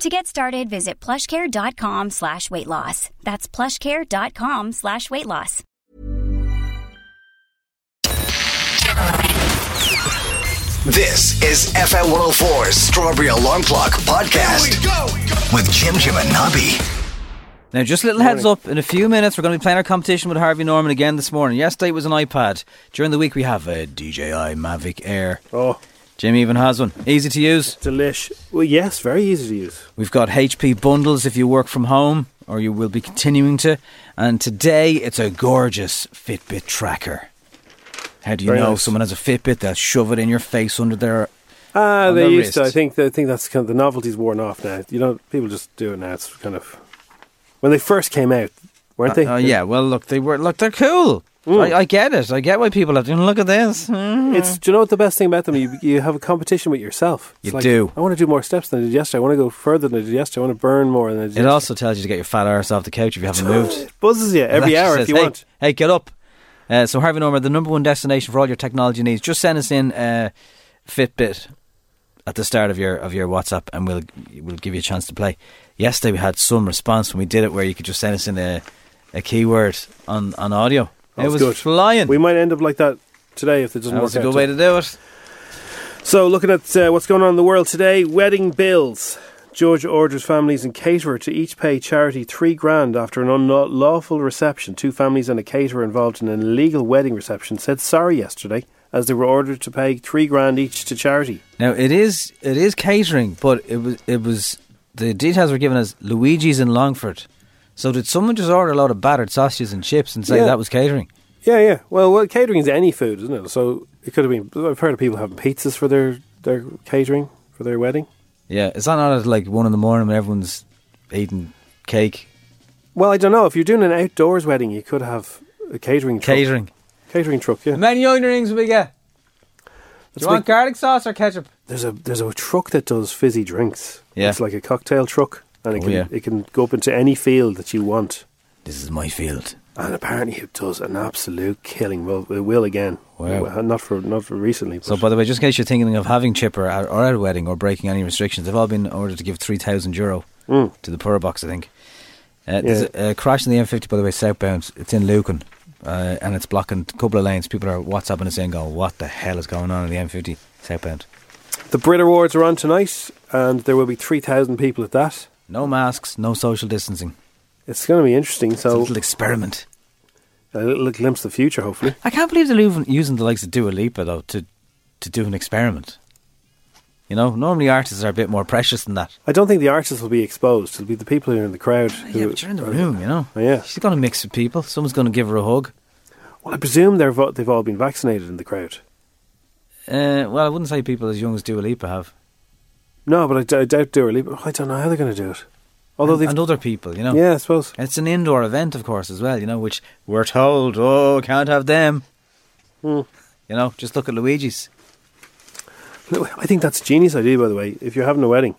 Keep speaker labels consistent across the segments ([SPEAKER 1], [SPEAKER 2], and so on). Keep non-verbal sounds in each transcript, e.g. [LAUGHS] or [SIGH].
[SPEAKER 1] To get started, visit plushcare.com slash weight loss. That's plushcare.com slash weight loss.
[SPEAKER 2] This is FM 104's Strawberry Alarm Clock Podcast with Jim Jim and Nobby.
[SPEAKER 3] Now, just a little heads up in a few minutes, we're going to be playing our competition with Harvey Norman again this morning. Yesterday was an iPad. During the week, we have a DJI Mavic Air.
[SPEAKER 4] Oh,
[SPEAKER 3] Jimmy even has one. Easy to use.
[SPEAKER 4] delish. Well, yes, very easy to use.
[SPEAKER 3] We've got HP bundles if you work from home, or you will be continuing to. And today it's a gorgeous Fitbit tracker. How do you
[SPEAKER 4] Very
[SPEAKER 3] know
[SPEAKER 4] nice.
[SPEAKER 3] someone has a Fitbit? They'll shove it in your face under their.
[SPEAKER 4] Ah,
[SPEAKER 3] On
[SPEAKER 4] they
[SPEAKER 3] the
[SPEAKER 4] used to.
[SPEAKER 3] wrist.
[SPEAKER 4] I think I think that's kind of the novelty's worn off now. You know, people just do it now. It's kind of when they first came out, weren't they?
[SPEAKER 3] Oh yeah, well look, they were look, they're cool.
[SPEAKER 4] Mm.
[SPEAKER 3] I, I get it. I get why people have to look at this. Mm.
[SPEAKER 4] It's do you know what the best thing about them? You you have a competition with yourself. It's
[SPEAKER 3] You do.
[SPEAKER 4] I want to do more steps than I did yesterday. I want to go further than I did yesterday. I want to burn more than I did.
[SPEAKER 3] It also tells you to get your fat arse off the couch if you haven't moved.
[SPEAKER 4] [LAUGHS] yesterday. buzzes
[SPEAKER 3] [LAUGHS]
[SPEAKER 4] you every
[SPEAKER 3] That just
[SPEAKER 4] hour
[SPEAKER 3] says,
[SPEAKER 4] if you
[SPEAKER 3] hey,
[SPEAKER 4] want.
[SPEAKER 3] Hey, get up. Uh, so Harvey Norman, the number one destination for all your technology needs. Just send us in uh, Fitbit at the start of your of your WhatsApp, and we'll we'll give you a chance to play. Yesterday we had some response when we did it, where you could just send us in a a keyword on on audio. it
[SPEAKER 4] That's
[SPEAKER 3] was
[SPEAKER 4] good.
[SPEAKER 3] flying.
[SPEAKER 4] We might end up like that today if it doesn't
[SPEAKER 3] that was a
[SPEAKER 4] work out.
[SPEAKER 3] good way to do it.
[SPEAKER 4] So, looking at uh, what's going on in the world today, wedding bills. Judge orders families and caterer to each pay charity three grand after an unlawful reception. Two families and a caterer involved in an illegal wedding reception said sorry yesterday as they were ordered to pay three grand each to charity.
[SPEAKER 3] Now it is it is catering, but it was it was the details were given as Luigi's in Longford. So did someone just order a lot of battered sausages and chips and say
[SPEAKER 4] Yeah.
[SPEAKER 3] that was catering?
[SPEAKER 4] Yeah, yeah. Well, well catering is any food, isn't it? So it could have been. I've heard of people having pizzas for their, their catering for their wedding.
[SPEAKER 3] Yeah, is that not at like one in the morning when everyone's eating cake?
[SPEAKER 4] Well, I don't know. If you're doing an outdoors wedding, you could have a catering truck.
[SPEAKER 3] Catering.
[SPEAKER 4] Catering truck, yeah.
[SPEAKER 3] How many onion rings we get? Do
[SPEAKER 4] Let's
[SPEAKER 3] you want
[SPEAKER 4] make-
[SPEAKER 3] garlic sauce or ketchup?
[SPEAKER 4] There's a there's a truck that does fizzy drinks.
[SPEAKER 3] Yeah.
[SPEAKER 4] It's like a cocktail truck and it
[SPEAKER 3] Oh,
[SPEAKER 4] can
[SPEAKER 3] yeah.
[SPEAKER 4] it can go up into any field that you want.
[SPEAKER 3] This is my field.
[SPEAKER 4] And apparently it does an absolute killing. Well it will again.
[SPEAKER 3] Wow.
[SPEAKER 4] Well, Not for not for recently. But
[SPEAKER 3] So, by the way, just in case you're thinking of having chipper at, or at a wedding or breaking any restrictions, they've all been ordered to give three thousand euro to the poor box. I think. Uh, There's a, a crash in the M50, by the way, southbound. It's in Lucan, uh, and it's blocking a couple of lanes. People are WhatsApping us in, going, "What the hell is going on in the M50 southbound?
[SPEAKER 4] the Brit Awards are on tonight and there will be three thousand people at that.
[SPEAKER 3] No masks, no social distancing.
[SPEAKER 4] It's gonna be interesting,
[SPEAKER 3] It's a
[SPEAKER 4] so
[SPEAKER 3] little experiment."
[SPEAKER 4] a little glimpse of the future hopefully.
[SPEAKER 3] I can't believe they're leaving- using the likes of Dua Lipa though to to do an experiment. You know, normally artists are a bit more precious than that.
[SPEAKER 4] I don't think the artists will be exposed. It'll be the people who are in the crowd.
[SPEAKER 3] Yeah,
[SPEAKER 4] who-
[SPEAKER 3] but you're in the room, you know.
[SPEAKER 4] Yeah.
[SPEAKER 3] she's going to mix with people. Someone's going to give her a hug.
[SPEAKER 4] Well, I presume they're vo- they've all been vaccinated in the crowd.
[SPEAKER 3] Uh, well, I wouldn't say people as young as Dua Lipa have,
[SPEAKER 4] No, but I, d- I doubt Dua Lipa. I don't know how they're going to do it. Although
[SPEAKER 3] and,
[SPEAKER 4] they've
[SPEAKER 3] and other people, you know.
[SPEAKER 4] Yeah, I suppose.
[SPEAKER 3] And It's an indoor event, of course, as well, you know, which we're told, oh, can't have them.
[SPEAKER 4] Hmm.
[SPEAKER 3] You know, just look at Luigi's.
[SPEAKER 4] Look, I think that's a genius idea, by the way. If you're having a wedding,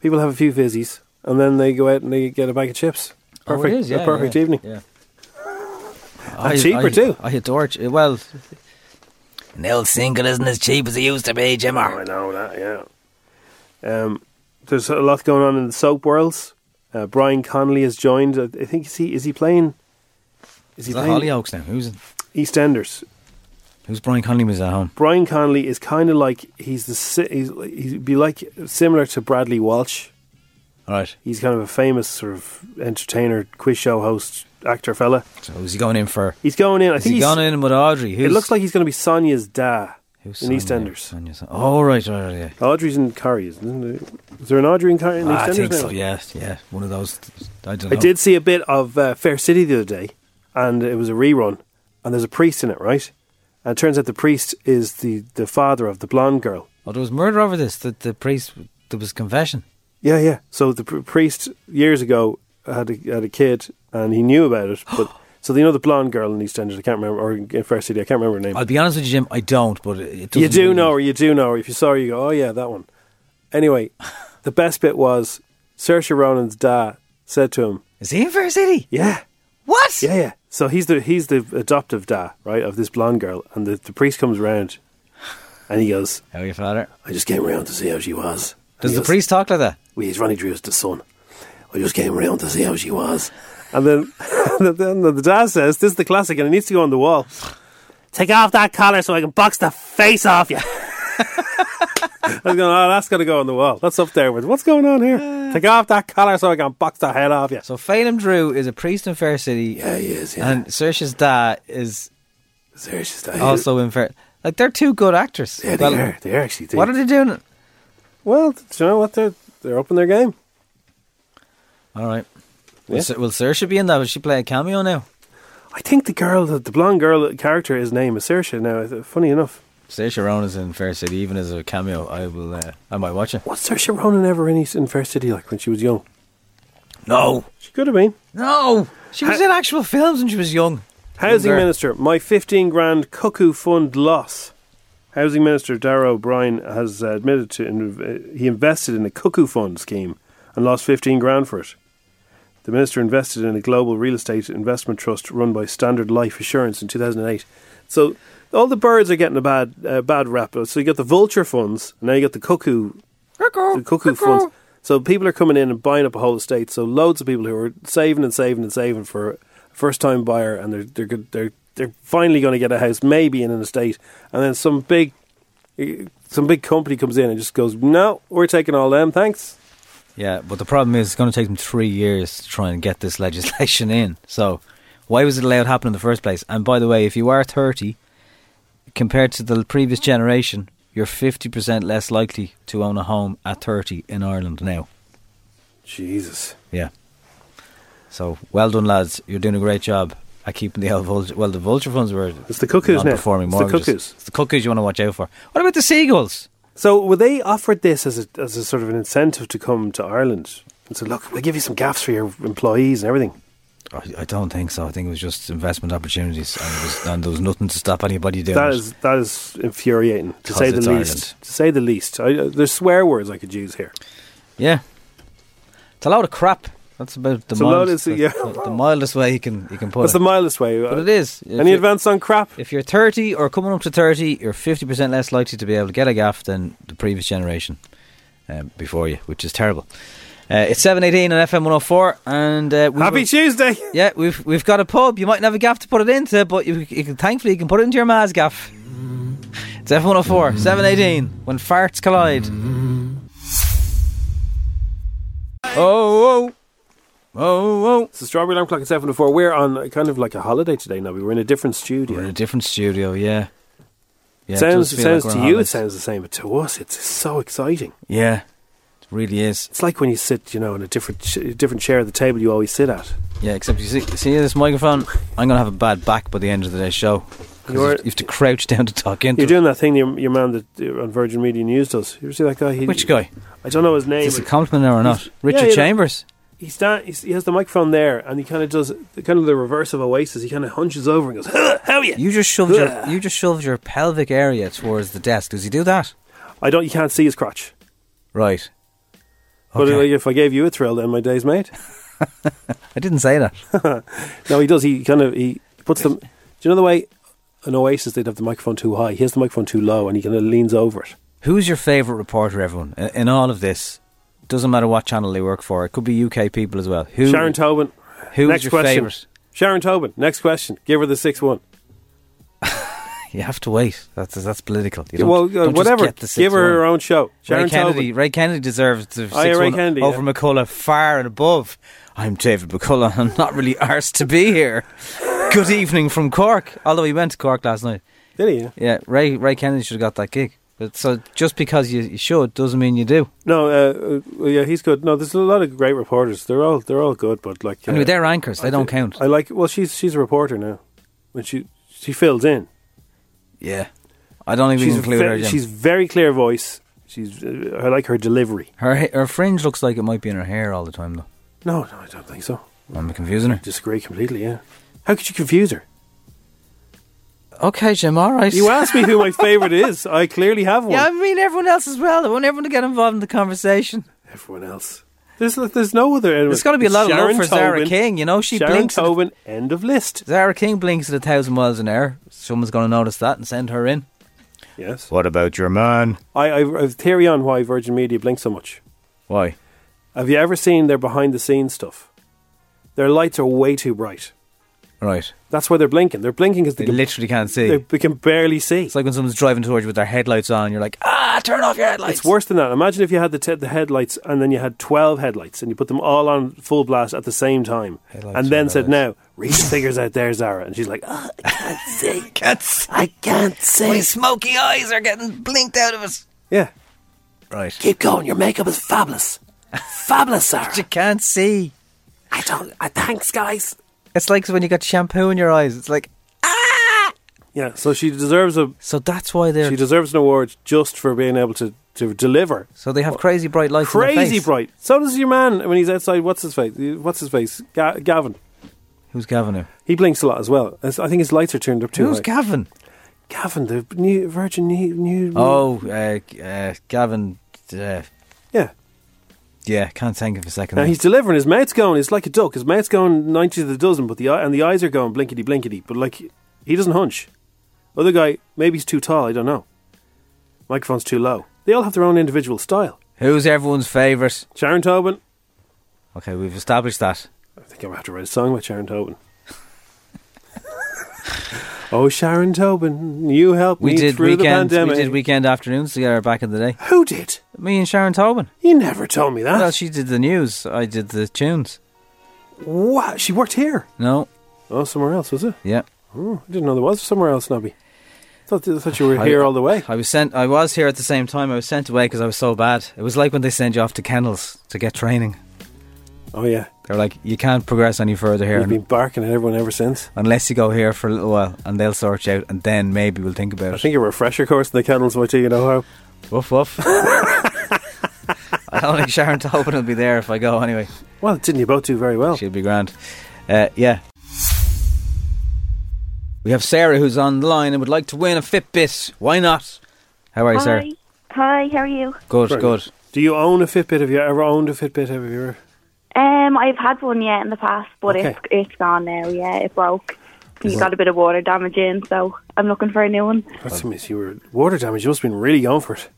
[SPEAKER 4] people have a few fizzies and then they go out and they get a bag of chips.
[SPEAKER 3] Oh, it
[SPEAKER 4] Perfect.
[SPEAKER 3] is,
[SPEAKER 4] a
[SPEAKER 3] yeah,
[SPEAKER 4] perfect
[SPEAKER 3] yeah,
[SPEAKER 4] evening.
[SPEAKER 3] Yeah. I,
[SPEAKER 4] cheaper
[SPEAKER 3] I-
[SPEAKER 4] too.
[SPEAKER 3] I adore it. Well, an old single isn't as cheap as it used to be, Jim.
[SPEAKER 4] I know that. Yeah. Um, there's a lot going on in the soap worlds. Uh, Brian Connolly has joined. I I think is he is he playing? Is he
[SPEAKER 3] Is that
[SPEAKER 4] playing
[SPEAKER 3] Hollyoaks now? Who's
[SPEAKER 4] EastEnders?
[SPEAKER 3] who's Brian Conley was at home?
[SPEAKER 4] Brian Connolly is kind of like he's the si- he's, he'd be like similar to Bradley Walsh.
[SPEAKER 3] All right.
[SPEAKER 4] He's kind of a famous sort of entertainer, quiz show host, actor fella.
[SPEAKER 3] So is he going in for?
[SPEAKER 4] He's going in. I
[SPEAKER 3] Is
[SPEAKER 4] think
[SPEAKER 3] he
[SPEAKER 4] he's,
[SPEAKER 3] going in with Audrey? Who's,
[SPEAKER 4] It looks like he's going to be Sonia's da
[SPEAKER 3] who's
[SPEAKER 4] in
[SPEAKER 3] Sonia?
[SPEAKER 4] EastEnders.
[SPEAKER 3] Sonia, Son- Oh right, right, right. Yeah. Ah,
[SPEAKER 4] Audrey's in Carrie, isn't there? Is there an Audrey in Carrie in
[SPEAKER 3] I
[SPEAKER 4] EastEnders
[SPEAKER 3] think
[SPEAKER 4] now?
[SPEAKER 3] so. Yeah, yeah. One of those. I don't know.
[SPEAKER 4] I did see a bit of uh, Fair City the other day, and it was a rerun, and there's a priest in it, right? And it turns out the priest is the, the father of the blonde girl.
[SPEAKER 3] Oh, there was murder over this. That the priest. There was confession.
[SPEAKER 4] Yeah, yeah. So the pr- priest years ago had a, had a kid, and he knew about it. But
[SPEAKER 3] [GASPS]
[SPEAKER 4] so you know the blonde girl in EastEnders, I can't remember, or in Fair City, I can't remember her name.
[SPEAKER 3] I'll be honest with you, Jim. I don't. But it it doesn't
[SPEAKER 4] you do
[SPEAKER 3] really-
[SPEAKER 4] know her, you do know her. If you saw her, you go, oh yeah, that one.
[SPEAKER 3] [LAUGHS]
[SPEAKER 4] Anyway, the best bit was Saoirse Ronan's dad said to him,
[SPEAKER 3] Is he in Fair City?
[SPEAKER 4] yeah,
[SPEAKER 3] What?
[SPEAKER 4] Yeah, yeah. So he's the he's the adoptive da, right, of this blonde girl, and the, the priest comes round, and he goes,
[SPEAKER 3] How are you, father?
[SPEAKER 4] "I just came round to see how she was." And
[SPEAKER 3] Does
[SPEAKER 4] he
[SPEAKER 3] the
[SPEAKER 4] goes,
[SPEAKER 3] priest talk like that?
[SPEAKER 4] Well, he's Ronnie Drew's the son. I just came round to see how she was, and then [LAUGHS] then the dad says, "This is the classic, and it needs to go on the wall." Take off that collar so I can box the face off you. [LAUGHS] I was going, oh, that's going to go on the wall. That's up there with what's going on here. Take off that collar so I can box the head off you.
[SPEAKER 3] So Phelan Drew is a priest in Fair City,
[SPEAKER 4] Yeah, he is. Yeah.
[SPEAKER 3] and Saoirse's da is
[SPEAKER 4] Seriously, that is-
[SPEAKER 3] also in Fair. Like they're two good actors.
[SPEAKER 4] Yeah, they
[SPEAKER 3] Well,
[SPEAKER 4] are. They are actually. They
[SPEAKER 3] What are they doing?
[SPEAKER 4] Well, do you know what? They're they're up in their game.
[SPEAKER 3] All right.
[SPEAKER 4] Yeah.
[SPEAKER 3] Will, Sa- will Saoirse be in that? Will she play a cameo now?
[SPEAKER 4] I think the girl, the, the blonde girl character, is named is Saoirse now. is it- Funny enough,
[SPEAKER 3] Saoirse Ronan's in Fair City, even as a cameo. I will. Uh, I might watch it.
[SPEAKER 4] was Saoirse Ronan ever in, East- in Fair City like when she was young?
[SPEAKER 3] No,
[SPEAKER 4] She could have been.
[SPEAKER 3] no. She was
[SPEAKER 4] How-
[SPEAKER 3] in actual films when she was young.
[SPEAKER 4] Housing
[SPEAKER 3] there.
[SPEAKER 4] Minister, my fifteen grand cuckoo fund loss. Housing Minister Darrow O'Brien has uh, admitted to inv- uh, he invested in a cuckoo fund scheme and lost fifteen grand for it. The minister invested in a global real estate investment trust run by Standard Life Assurance in 2008. So all the birds are getting a bad uh, bad rap. So you got the vulture funds, and now you got the cuckoo the cuckoo funds. So people are coming in and buying up a whole estate. So loads of people who are saving and saving and saving for a first time buyer, and they're they're good, they're they're finally going to get a house, maybe in an estate, and then some big eh, some big company comes in and just goes, "No, we're taking all them, thanks."
[SPEAKER 3] Yeah, but the problem is it's going to take them three years to try and get this [LAUGHS] legislation in. So, why was it allowed to happen in the first place? And by the way, if you are 30, compared to the previous generation, you're 50% less likely to own a home at 30 in Ireland now.
[SPEAKER 4] Jesus,
[SPEAKER 3] Yeah. So, well done, lads. You're doing a great job at keeping the old vulture. Well, the vulture funds were.
[SPEAKER 4] It's the cuckoos now.
[SPEAKER 3] non-performing
[SPEAKER 4] It's the
[SPEAKER 3] mortgages.
[SPEAKER 4] cuckoos.
[SPEAKER 3] It's the cuckoos you want to watch out for. What about the seagulls?
[SPEAKER 4] So were they offered this as a as a sort of an incentive to come to Ireland? And so look, we'll give you some gaffs for your employees and everything.
[SPEAKER 3] I I don't think so. I think it was just investment opportunities, and, it was, and there was nothing to stop anybody doing
[SPEAKER 4] That
[SPEAKER 3] it.
[SPEAKER 4] is that is infuriating to
[SPEAKER 3] 'Cause
[SPEAKER 4] say the
[SPEAKER 3] it's
[SPEAKER 4] least.
[SPEAKER 3] Ireland.
[SPEAKER 4] To say the least, I, uh, there's swear words I could use here.
[SPEAKER 3] Yeah, it's a load of crap. That's about the
[SPEAKER 4] It's a [LAUGHS] load
[SPEAKER 3] mildest,
[SPEAKER 4] of- yeah.
[SPEAKER 3] the, the mildest way you can you can put
[SPEAKER 4] That's
[SPEAKER 3] it.
[SPEAKER 4] the mildest way.
[SPEAKER 3] but it is. If
[SPEAKER 4] uh, Any
[SPEAKER 3] you-
[SPEAKER 4] advance on crap?
[SPEAKER 3] If you're 30 or coming up to 30, you're 50% less likely to be able to get a gaff than the previous generation um, before you, which is terrible. Uh, it's 7.18 on FM 104 and... Uh, we
[SPEAKER 4] Happy
[SPEAKER 3] will-
[SPEAKER 4] Tuesday.
[SPEAKER 3] [LAUGHS] Yeah, we've we've got a pub. You mightn't have a gaff to put it into, but you, you can, thankfully you can put it into your Maz gaff. It's F104, 718, when farts collide. Oh, oh, oh, oh.
[SPEAKER 4] It's the Strawberry Alarm Clock at seven to four. We're on uh, kind of like a holiday today. Now we're in a different studio.
[SPEAKER 3] We're in a different studio, yeah. yeah
[SPEAKER 4] it
[SPEAKER 3] it
[SPEAKER 4] sounds
[SPEAKER 3] does
[SPEAKER 4] it
[SPEAKER 3] feel like
[SPEAKER 4] sounds
[SPEAKER 3] we're
[SPEAKER 4] to
[SPEAKER 3] on
[SPEAKER 4] you it
[SPEAKER 3] holidays.
[SPEAKER 4] sounds the same, but to us it's so exciting.
[SPEAKER 3] Yeah, it really is.
[SPEAKER 4] It's like when you sit, you know, in a different ch- different chair at the table you always sit at.
[SPEAKER 3] Yeah, except you see, see this microphone. I'm gonna have a bad back by the end of the day's show. 'Cause
[SPEAKER 4] You're-
[SPEAKER 3] you have to crouch down to talk into.
[SPEAKER 4] You're
[SPEAKER 3] it.
[SPEAKER 4] doing that thing your, your man that uh, on Virgin Media News does. You ever see that guy? He,
[SPEAKER 3] Which guy?
[SPEAKER 4] I don't know his name.
[SPEAKER 3] Is this a compliment or not?
[SPEAKER 4] He's-
[SPEAKER 3] Richard
[SPEAKER 4] yeah, yeah,
[SPEAKER 3] Chambers.
[SPEAKER 4] he stand, he's, he has the microphone there, and he kind of does the- kind of the reverse of Oasis. He kind of hunches over and goes, [LAUGHS] "Huh, "How are you?"
[SPEAKER 3] You just shoved your
[SPEAKER 4] Oh, Ugh.
[SPEAKER 3] you just shoved your pelvic area towards the desk. Does he do that?
[SPEAKER 4] I don't. You can't see his crotch.
[SPEAKER 3] Right.
[SPEAKER 4] But
[SPEAKER 3] Okay.
[SPEAKER 4] like, if I gave you a thrill, then my day's made.
[SPEAKER 3] I didn't say that.
[SPEAKER 4] [LAUGHS] No, he does. He kind of he puts them. Do you know the way an Oasis they'd have the microphone too high? He has the microphone too low, and he kind of leans over it.
[SPEAKER 3] Who's your favourite reporter? Everyone in, in all of this doesn't matter what channel they work for. It could be UK people as well. Who?
[SPEAKER 4] Sharon Tobin.
[SPEAKER 3] who's
[SPEAKER 4] next
[SPEAKER 3] your
[SPEAKER 4] question.
[SPEAKER 3] favourite?
[SPEAKER 4] Sharon Tobin. Next question. Give her the six one.
[SPEAKER 3] You have to wait. That's that's political. You don't,
[SPEAKER 4] well,
[SPEAKER 3] don't
[SPEAKER 4] uh,
[SPEAKER 3] just
[SPEAKER 4] whatever.
[SPEAKER 3] get the
[SPEAKER 4] Give her her
[SPEAKER 3] 6-1.
[SPEAKER 4] own show. Sharon
[SPEAKER 3] Ray Kennedy.
[SPEAKER 4] Tobin.
[SPEAKER 3] Ray Kennedy deserves to
[SPEAKER 4] Oh, yeah, Ray
[SPEAKER 3] 6 1
[SPEAKER 4] Kennedy,
[SPEAKER 3] over
[SPEAKER 4] yeah.
[SPEAKER 3] McCullough far and above. I'm David McCullough. I'm not really [LAUGHS] arsed to be here. Good evening from Cork. Although he went to Cork last night.
[SPEAKER 4] Did he?
[SPEAKER 3] Yeah, Ray Ray Kennedy should have got that gig. But so just because you, you should doesn't mean you do.
[SPEAKER 4] No, uh, uh, yeah, he's good. No, there's a lot of great reporters. They're all they're all good, but like uh,
[SPEAKER 3] Anyway, they're anchors. They don't count.
[SPEAKER 4] I like. Well, she's she's a reporter now, and she she fills in.
[SPEAKER 3] yeah, I don't even
[SPEAKER 4] She's
[SPEAKER 3] include
[SPEAKER 4] ve-
[SPEAKER 3] her. Jim.
[SPEAKER 4] she's very clear voice. She's uh, I like her delivery.
[SPEAKER 3] her ha- her fringe looks like it might be in her hair all the time though.
[SPEAKER 4] No, no, I don't think so.
[SPEAKER 3] I'm confusing her.
[SPEAKER 4] Disagree completely. Yeah. How could you confuse her?
[SPEAKER 3] Okay, Jim. All right.
[SPEAKER 4] You asked me who
[SPEAKER 3] [LAUGHS]
[SPEAKER 4] my favorite is. I clearly have one.
[SPEAKER 3] Yeah, I mean everyone else as well. I want everyone to get involved in the conversation.
[SPEAKER 4] Everyone else. There's there's no other.
[SPEAKER 3] There's got to be a lot of love for Zara King. You know, she
[SPEAKER 4] Sharon
[SPEAKER 3] blinks. at-
[SPEAKER 4] Tobin. End of list.
[SPEAKER 3] Zara King blinks at a thousand miles an hour. Someone's going to notice that and send her in.
[SPEAKER 4] Yes.
[SPEAKER 3] What about your man?
[SPEAKER 4] I, I I have a theory on why Virgin Media blinks so much.
[SPEAKER 3] Why?
[SPEAKER 4] Have you ever seen their behind the scenes stuff? Their lights are way too bright.
[SPEAKER 3] Right.
[SPEAKER 4] That's why they're blinking. They're blinking because they,
[SPEAKER 3] They
[SPEAKER 4] can,
[SPEAKER 3] literally can't see.
[SPEAKER 4] they, they can barely see.
[SPEAKER 3] It's like when someone's driving towards you with their headlights on. You're like, ah, turn off your headlights.
[SPEAKER 4] It's worse than that. Imagine if you had the, te- the headlights and then you had 12 headlights and you put them all on full blast at the same time
[SPEAKER 3] Headlights
[SPEAKER 4] and then
[SPEAKER 3] and
[SPEAKER 4] said, now,
[SPEAKER 3] headlights.
[SPEAKER 4] read the figures out there, Zara. And she's like, "Ah, I can't see.
[SPEAKER 3] Cats.
[SPEAKER 4] I can't
[SPEAKER 3] My
[SPEAKER 4] see.
[SPEAKER 3] smoky eyes are getting blinked out of us.
[SPEAKER 4] Yeah.
[SPEAKER 3] Right.
[SPEAKER 4] Keep going. Your makeup is fabulous.
[SPEAKER 3] [LAUGHS]
[SPEAKER 4] Fabulous, Zara.
[SPEAKER 3] You can't see.
[SPEAKER 4] I don't. I, thanks, guys.
[SPEAKER 3] It's like when you got shampoo in your eyes. It's like,
[SPEAKER 4] Yeah, so she deserves a
[SPEAKER 3] so that's why they're.
[SPEAKER 4] she deserves an award just for being able to, to deliver
[SPEAKER 3] so they have crazy bright lights. in their
[SPEAKER 4] crazy
[SPEAKER 3] face.
[SPEAKER 4] bright. So does your man when he's outside. What's his face? What's his face? Ga- Gavin.
[SPEAKER 3] Who's Gavin? Now?
[SPEAKER 4] He blinks a lot as well. As- I think his lights are turned up too
[SPEAKER 3] Who's
[SPEAKER 4] high.
[SPEAKER 3] Gavin?
[SPEAKER 4] Gavin, the new Virgin new, new
[SPEAKER 3] Oh, uh, uh, Gavin. Uh,
[SPEAKER 4] yeah.
[SPEAKER 3] yeah, can't think of a second.
[SPEAKER 4] Now
[SPEAKER 3] name.
[SPEAKER 4] he's delivering. His mouth's going. It's like a duck. His mouth's going ninety to the dozen, but the eye, and the eyes are going blinkety blinkety. But like he doesn't hunch. Other guy, maybe he's too tall. I don't know. Microphone's too low. They all have their own individual style.
[SPEAKER 3] Who's everyone's favourite?
[SPEAKER 4] Sharon Tobin.
[SPEAKER 3] Okay, we've established that.
[SPEAKER 4] I think I'm gonna have to write a song about Sharon Tobin. [LAUGHS] oh, Sharon Tobin, you helped
[SPEAKER 3] We
[SPEAKER 4] me
[SPEAKER 3] did
[SPEAKER 4] through
[SPEAKER 3] weekend.
[SPEAKER 4] the
[SPEAKER 3] We
[SPEAKER 4] pandemic.
[SPEAKER 3] did weekend afternoons together back in the day.
[SPEAKER 4] Who did?
[SPEAKER 3] Me and Sharon Tobin.
[SPEAKER 4] You never told me that.
[SPEAKER 3] Well, she did the news. I did the tunes.
[SPEAKER 4] Wow, she worked here.
[SPEAKER 3] No.
[SPEAKER 4] Oh, somewhere else was it?
[SPEAKER 3] Yeah.
[SPEAKER 4] Oh, I didn't know there was somewhere else, Nobby. Thought I thought you were
[SPEAKER 3] I-
[SPEAKER 4] here all the way.
[SPEAKER 3] I was sent. I was here at the same time. I was sent away because I was so bad. It was like when they send you off to kennels to get training.
[SPEAKER 4] Oh yeah,
[SPEAKER 3] They're like, you can't progress any further here
[SPEAKER 4] you've been barking at everyone ever since.
[SPEAKER 3] unless you go here for a little while, and they'll sort you out, and then maybe we'll think about
[SPEAKER 4] I
[SPEAKER 3] it.
[SPEAKER 4] think a refresher course in the kennels might do you know how.
[SPEAKER 3] woof
[SPEAKER 4] [LAUGHS]
[SPEAKER 3] woof. I don't think Sharon Tobin will be there if I go anyway.
[SPEAKER 4] Well, didn't you both do very well?
[SPEAKER 3] She'll be grand. Uh, yeah. We have Sarah who's on the line and would like to win a Fitbit. Why not? How are you, Sarah?
[SPEAKER 5] Hi. Hi, how are you?
[SPEAKER 3] Good,
[SPEAKER 4] Very
[SPEAKER 3] good.
[SPEAKER 4] Do you own a Fitbit? Have you ever owned a Fitbit? Have you ever?
[SPEAKER 5] Um, I've had one yeah in the past, but
[SPEAKER 4] Okay.
[SPEAKER 5] it's it's gone now. Yeah, it broke.
[SPEAKER 4] Is
[SPEAKER 5] You
[SPEAKER 4] it-
[SPEAKER 5] got a bit of water damage in, so I'm looking for a new one.
[SPEAKER 4] That's amazing. You were water damage. You must have been really going for it.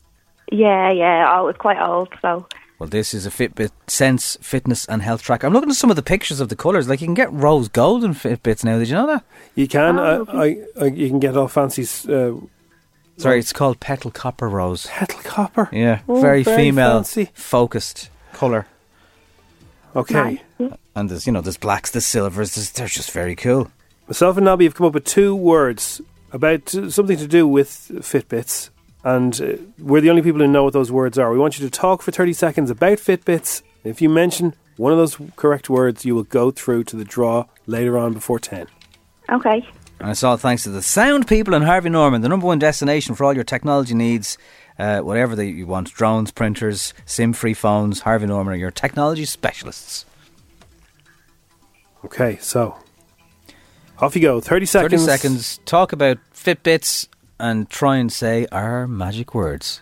[SPEAKER 5] Yeah, yeah. Oh, it's quite old, so
[SPEAKER 3] Well, this is a Fitbit Sense fitness and health tracker. I'm looking at some of the pictures of the colours. Like, you can get rose gold in Fitbits now. Did you know that?
[SPEAKER 4] You can.
[SPEAKER 5] Oh,
[SPEAKER 4] I, I, I, you can get all fancy s- uh,
[SPEAKER 3] Sorry, it's called petal copper rose.
[SPEAKER 4] petal copper.
[SPEAKER 3] Yeah,
[SPEAKER 4] Oh,
[SPEAKER 3] very, female
[SPEAKER 4] fancy.
[SPEAKER 3] focused colour.
[SPEAKER 4] Okay.
[SPEAKER 5] nice.
[SPEAKER 3] And there's, you know, there's blacks, there's silvers, there's, they're just very cool.
[SPEAKER 4] Myself and Nobby have come up with two words about uh, something to do with Fitbits, and uh, we're the only people who know what those words are. We want you to talk for 30 seconds about Fitbits. If you mention one of those correct words, you will go through to the draw later on before 10.
[SPEAKER 5] Okay.
[SPEAKER 3] And it's all thanks to the sound people in Harvey Norman, the number one destination for all your technology needs, uh, whatever that you want drones, printers, SIM free phones. Harvey Norman are your technology specialists.
[SPEAKER 4] Okay, so off you go. 30 seconds.
[SPEAKER 3] 30 seconds, talk about Fitbits and try and say our magic words.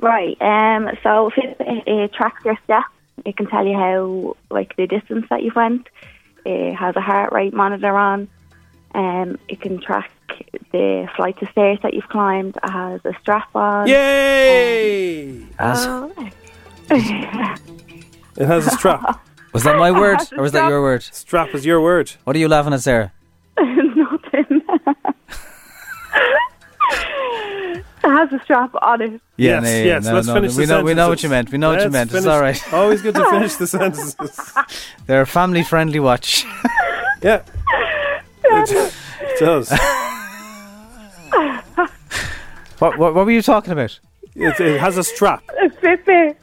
[SPEAKER 5] Right. Um. So if it, it, it tracks your steps, it can tell you how like the distance that you've went. It has a heart rate monitor on. Um. It can track the flight of stairs that you've climbed. It has a strap on. [LAUGHS]
[SPEAKER 4] Yay!
[SPEAKER 3] As-
[SPEAKER 4] It has a strap.
[SPEAKER 3] [LAUGHS] was that my word or was that your word?
[SPEAKER 4] strap is your word.
[SPEAKER 3] What are you laughing at, Sarah?
[SPEAKER 5] Nothing. has a strap on it.
[SPEAKER 3] Yeah,
[SPEAKER 4] yes,
[SPEAKER 3] no, yeah,
[SPEAKER 4] yes.
[SPEAKER 3] no,
[SPEAKER 4] let's
[SPEAKER 3] no,
[SPEAKER 4] finish.
[SPEAKER 3] we
[SPEAKER 4] the
[SPEAKER 3] know- we know what
[SPEAKER 4] sentences.
[SPEAKER 3] you meant, we know what you
[SPEAKER 4] Let's
[SPEAKER 3] meant, it's
[SPEAKER 4] finish-
[SPEAKER 3] all right.
[SPEAKER 4] [LAUGHS]
[SPEAKER 3] [LAUGHS]
[SPEAKER 4] Always good to finish the sentences.
[SPEAKER 3] They're a family friendly watch. [LAUGHS]
[SPEAKER 4] Yeah. It, it
[SPEAKER 3] [LAUGHS]
[SPEAKER 4] does.
[SPEAKER 3] what, what, what were you talking about?
[SPEAKER 4] It, it has a strap.
[SPEAKER 5] A Fitbit.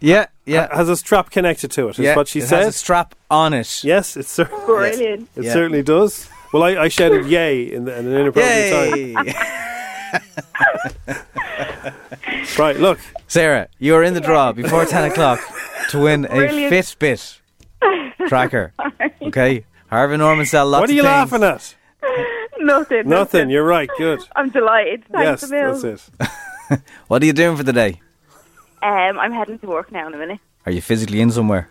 [SPEAKER 3] Yeah, yeah.
[SPEAKER 4] It has a strap connected to it. Is
[SPEAKER 3] yeah.
[SPEAKER 4] what she
[SPEAKER 3] it
[SPEAKER 4] said.
[SPEAKER 3] Has a strap on it.
[SPEAKER 4] yes, it's cer-
[SPEAKER 5] Brilliant.
[SPEAKER 4] [LAUGHS] it
[SPEAKER 3] Yeah.
[SPEAKER 4] certainly does. Well, I, I shouted "yay" in, the, in
[SPEAKER 3] [LAUGHS]
[SPEAKER 4] an inappropriate
[SPEAKER 3] Yay! [LAUGHS]
[SPEAKER 4] time. Right, look,
[SPEAKER 3] Sarah, you are in the draw before 10 o'clock to win a
[SPEAKER 5] Brilliant.
[SPEAKER 3] Fitbit
[SPEAKER 5] [LAUGHS]
[SPEAKER 3] tracker. Okay? Harvey Norman sell lots
[SPEAKER 4] what are you laughing at?
[SPEAKER 5] [LAUGHS] Nothing.
[SPEAKER 4] Nothing. You're right. Good.
[SPEAKER 5] I'm delighted. [LAUGHS] Thanks,
[SPEAKER 4] yes,
[SPEAKER 5] Bill.
[SPEAKER 4] that's it.
[SPEAKER 3] [LAUGHS] What are you doing for the day?
[SPEAKER 5] Um, I'm heading to work now in a minute.
[SPEAKER 3] Are you physically in somewhere?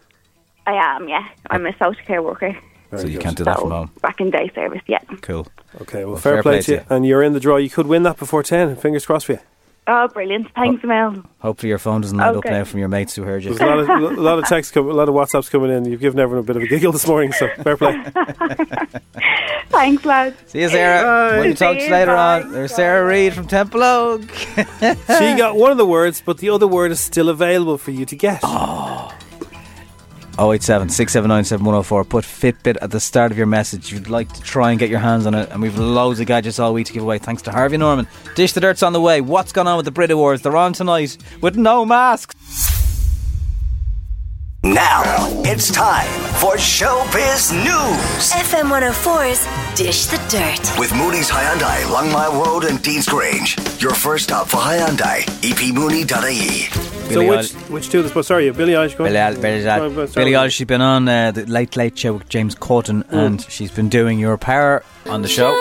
[SPEAKER 5] I am, yeah. I'm a social care worker.
[SPEAKER 4] Very
[SPEAKER 3] so you
[SPEAKER 4] good.
[SPEAKER 3] can't do that
[SPEAKER 5] so
[SPEAKER 3] from home.
[SPEAKER 5] back in day service, yeah.
[SPEAKER 3] Cool.
[SPEAKER 4] Okay, well, fair, play, to you.
[SPEAKER 3] you.
[SPEAKER 4] And you're in the draw. You could win that before 10. Fingers crossed for you.
[SPEAKER 5] Oh, brilliant. Thanks, Mel.
[SPEAKER 3] Hopefully your phone doesn't light
[SPEAKER 5] Okay.
[SPEAKER 3] up now from your mates who heard you.
[SPEAKER 4] There's a lot of, a lot of texts, com- a lot of WhatsApps coming in. You've given everyone a bit of a giggle this morning, so fair play.
[SPEAKER 5] Thanks, lads.
[SPEAKER 3] [LAUGHS] See you, Sarah. We'll talk to
[SPEAKER 5] See
[SPEAKER 3] you
[SPEAKER 5] you,
[SPEAKER 3] later
[SPEAKER 5] bye.
[SPEAKER 3] on. There's Sarah Reid from Temple Oak. [LAUGHS]
[SPEAKER 4] she got one of the words, but the other word is still available for you to get.
[SPEAKER 3] Oh, 087 679 7104. Put Fitbit at the start of your message if you'd like to try and get your hands on it. And we've loads of gadgets all week to give away thanks to Harvey Norman. Dish the Dirt's on the way. What's going on with the Brit Awards? They're on tonight with no masks.
[SPEAKER 2] Now it's time for Showbiz News
[SPEAKER 6] FM 104's Dish the Dirt.
[SPEAKER 2] with Mooney's Hyundai, Longmire Road, and Dean's Grange. Your first stop for Hyundai, E epmooney.ie.
[SPEAKER 4] so
[SPEAKER 3] Billie
[SPEAKER 4] which which two of the sp- sorry, Billy Eilish going?
[SPEAKER 3] Billy Eil- Billy
[SPEAKER 4] Sorry,
[SPEAKER 3] Eil-
[SPEAKER 4] but-
[SPEAKER 3] Billie
[SPEAKER 4] sorry.
[SPEAKER 3] Eilish, she's been on uh, the Late Late Show with James Corden, and she's been doing Your Power on the show.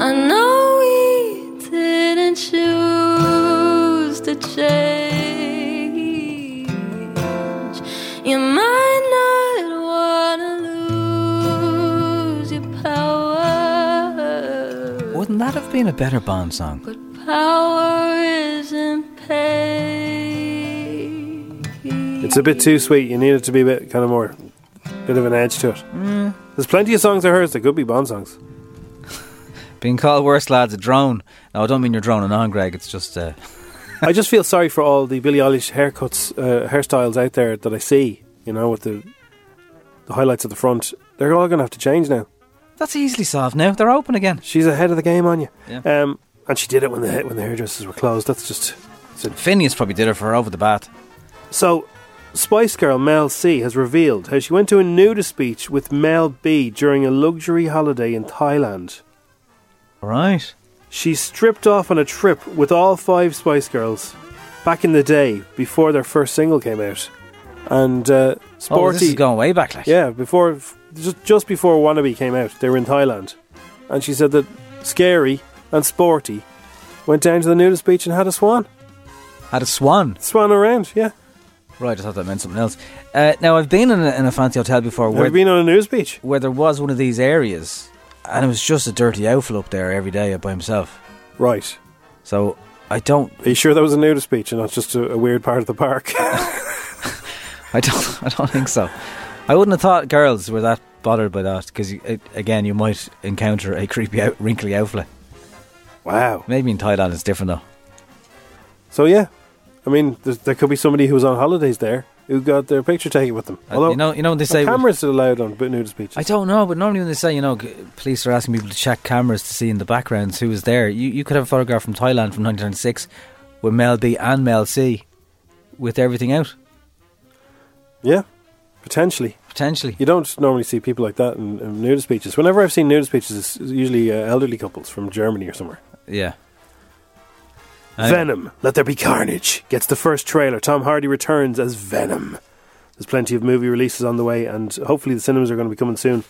[SPEAKER 7] I know we didn't choose to change. You might not wanna lose your power,
[SPEAKER 3] Wouldn't that have been a better Bond song?
[SPEAKER 7] but power isn't paid.
[SPEAKER 4] It's a bit too sweet. You need it to be a bit kind of more, bit of an edge to it. There's plenty of songs I heard that could be Bond songs.
[SPEAKER 3] Being called worse lads a drone. No, I don't mean you're droning on, Greg. It's just uh,
[SPEAKER 4] I just feel sorry for all the Billie Eilish haircuts, uh, hairstyles out there that I see. You know, with the the highlights at the front, they're all going to have to change now.
[SPEAKER 3] that's easily solved now. They're open again.
[SPEAKER 4] She's ahead of the game on you.
[SPEAKER 3] Yeah.
[SPEAKER 4] Um, and she did it when the when the hairdressers were closed. That's just
[SPEAKER 3] Phineas probably did it for her over the bat.
[SPEAKER 4] so. Spice Girl Mel C has revealed how she went to a nudist beach with Mel B during a luxury holiday in Thailand.
[SPEAKER 3] Right.
[SPEAKER 4] She stripped off on a trip with all five Spice Girls back in the day before their first single came out, and uh, sporty.
[SPEAKER 3] Oh, this is going way back. Like.
[SPEAKER 4] Yeah, before f- just just before Wannabe came out, they were in Thailand, and she said that scary and sporty went down to the nudist beach and had a swan,
[SPEAKER 3] Had a swan.
[SPEAKER 4] swan around. Yeah,
[SPEAKER 3] Right, I thought that meant something else. Uh, now, I've been in a, in a fancy hotel before
[SPEAKER 4] have
[SPEAKER 3] where,
[SPEAKER 4] you been on a nudist beach?
[SPEAKER 3] where there was one of these areas, and it was just a dirty outfall up there every day by himself.
[SPEAKER 4] Right.
[SPEAKER 3] So I don't,
[SPEAKER 4] Are you sure that was a nudist beach and not just a, a weird part of the park?
[SPEAKER 3] [LAUGHS]
[SPEAKER 4] [LAUGHS]
[SPEAKER 3] I don't, I don't think so. I wouldn't have thought girls were that bothered by that because, again, you might encounter a creepy, out, wrinkly outfall.
[SPEAKER 4] wow.
[SPEAKER 3] Maybe in Thailand it's different though.
[SPEAKER 4] So yeah, I mean, there's- there could be somebody who was on holidays there who got their picture taken with them.
[SPEAKER 3] Uh, you know, you know when they
[SPEAKER 4] no
[SPEAKER 3] say
[SPEAKER 4] cameras are allowed on b- nudist beaches.
[SPEAKER 3] I don't know, but normally when they say, you know, g- police are asking people to check cameras to see in the backgrounds who was there, you, you could have a photograph from Thailand from 1996 with Mel B and Mel C with everything out,
[SPEAKER 4] yeah, potentially.
[SPEAKER 3] potentially.
[SPEAKER 4] You don't normally see people like that in, in nudist beaches. Whenever I've seen nudist beaches, it's usually uh, elderly couples from Germany or somewhere.
[SPEAKER 3] Yeah. I-
[SPEAKER 4] Venom, Let There Be Carnage gets the first trailer. Tom Hardy returns as Venom. There's plenty of movie releases on the way, and hopefully the cinemas are going to be coming soon.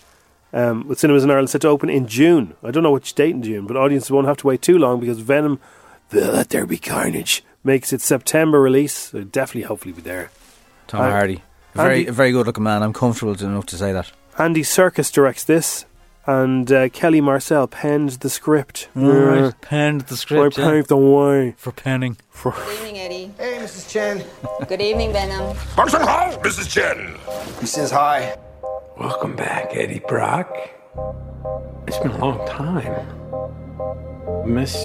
[SPEAKER 4] Um, with cinemas in Ireland set to open in June. I don't know which date in June, but audiences won't have to wait too long because Venom, the Let There Be Carnage, makes its September release. So definitely, hopefully, be there.
[SPEAKER 3] Tom
[SPEAKER 4] I-
[SPEAKER 3] Hardy. A very,
[SPEAKER 4] Andy-
[SPEAKER 3] a very good looking man. I'm comfortable enough to say that.
[SPEAKER 4] Andy Circus directs this, and uh, Kelly Marcel penned the script. Yeah.
[SPEAKER 3] Penned the
[SPEAKER 4] I
[SPEAKER 3] script. yeah.
[SPEAKER 4] paved the way.
[SPEAKER 3] For penning.
[SPEAKER 8] Good evening, Eddie.
[SPEAKER 2] Hey, Mrs. Chen.
[SPEAKER 8] Good evening, Venom.
[SPEAKER 9] Bunsen Hall, Mrs. Chen.
[SPEAKER 2] He says hi.
[SPEAKER 8] Welcome back, Eddie Brock. It's been a long time. Miss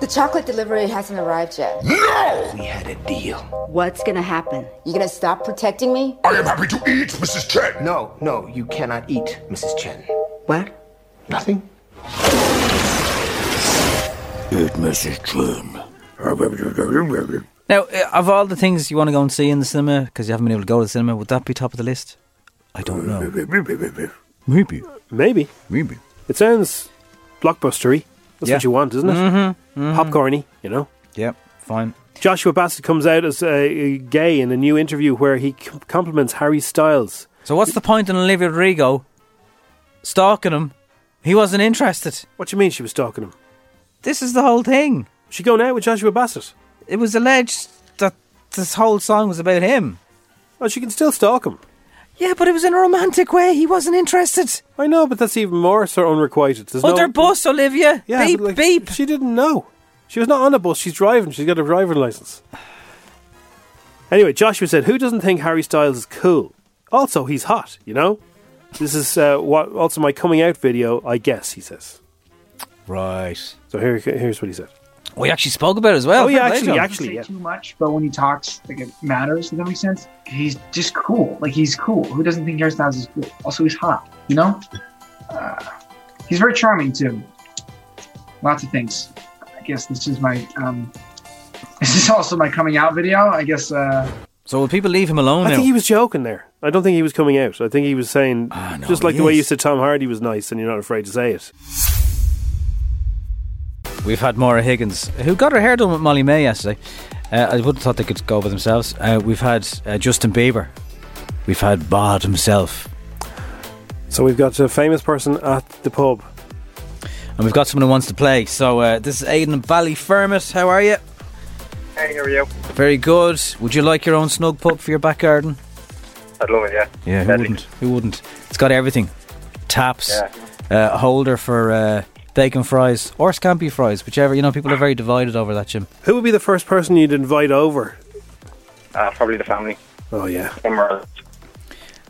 [SPEAKER 10] The chocolate delivery hasn't arrived yet.
[SPEAKER 11] No!
[SPEAKER 10] We had a deal. What's gonna happen? You gonna stop protecting me?
[SPEAKER 11] I am happy to eat, Mrs. Chen.
[SPEAKER 12] No, no, you cannot eat, Mrs. Chen.
[SPEAKER 11] What? Nothing.
[SPEAKER 3] It Mrs. Now, uh, of all the things you want to go and see in the cinema, because you haven't been able to go to the cinema, would that be top of the list? I don't know.
[SPEAKER 4] Maybe. Maybe.
[SPEAKER 3] Maybe.
[SPEAKER 4] It sounds blockbustery. That's
[SPEAKER 3] Yeah.
[SPEAKER 4] what you want, isn't it?
[SPEAKER 3] Mm-hmm, mhm.
[SPEAKER 4] Popcorny, you know?
[SPEAKER 3] Yep, fine.
[SPEAKER 4] Joshua Bassett comes out as uh, gay in a new interview where he c- compliments Harry Styles.
[SPEAKER 3] So what's the point in Olivia Rodrigo stalking him? He wasn't interested.
[SPEAKER 4] What do you mean she was stalking him?
[SPEAKER 3] This is the whole thing.
[SPEAKER 4] She going out with Joshua Bassett?
[SPEAKER 3] It was alleged that this whole song was about him.
[SPEAKER 4] Oh, she can still stalk him.
[SPEAKER 3] Yeah, but it was in a romantic way. He wasn't interested.
[SPEAKER 4] I know, but that's even more so unrequited. There's
[SPEAKER 3] oh,
[SPEAKER 4] no-
[SPEAKER 3] their bus, Olivia.
[SPEAKER 4] Yeah,
[SPEAKER 3] beep,
[SPEAKER 4] but, like,
[SPEAKER 3] beep.
[SPEAKER 4] She didn't know. She was not on a bus. She's driving. She's got a driver's license. Anyway, Joshua said, "Who doesn't think Harry Styles is cool? Also, he's hot. You know, this is uh, what also my coming out video. I guess he says.
[SPEAKER 3] Right.
[SPEAKER 4] So here, here's what he said.
[SPEAKER 3] We actually spoke about it as well.
[SPEAKER 4] Oh,
[SPEAKER 3] Fair
[SPEAKER 4] yeah,
[SPEAKER 3] play to
[SPEAKER 4] actually,
[SPEAKER 3] him.
[SPEAKER 4] actually, yeah.
[SPEAKER 13] too much, but when he talks, like it matters. Does that make sense? He's just cool. Like he's cool. Who doesn't think Harry Styles is cool? Also, he's hot. You know, uh, he's very charming too. Lots of things. I guess this is my. Um, [LAUGHS] this is also my coming out video. I guess. Uh,
[SPEAKER 3] So will people leave him alone
[SPEAKER 4] I
[SPEAKER 3] now?
[SPEAKER 4] think he was joking there. I don't think he was coming out. I think he was saying
[SPEAKER 3] Ah, no,
[SPEAKER 4] just like
[SPEAKER 3] he
[SPEAKER 4] the way you
[SPEAKER 3] is.
[SPEAKER 4] said Tom Hardy was nice, and you're not afraid to say it.
[SPEAKER 3] We've had Maura Higgins, who got her hair done with Molly May yesterday. Uh, I would have thought they could go by themselves. Uh, we've had uh, Justin Bieber. We've had Bod himself.
[SPEAKER 4] So we've got a famous person at the pub.
[SPEAKER 3] And we've got someone who wants to play. So uh, this is Aidan Ballyfermot. How are you?
[SPEAKER 14] Hey, how are you?
[SPEAKER 3] Very good. Would you like your own snug pub for your back garden?
[SPEAKER 14] I'd love it, yeah.
[SPEAKER 3] Yeah, who wouldn't? Who wouldn't? It's got everything: taps, uh, holder for uh, bacon fries or scampi fries, whichever. You know, people are very divided over that, Jim.
[SPEAKER 4] Who would be the first person you'd invite over?
[SPEAKER 14] Uh, probably the family.
[SPEAKER 4] Oh yeah.
[SPEAKER 14] Somewhere.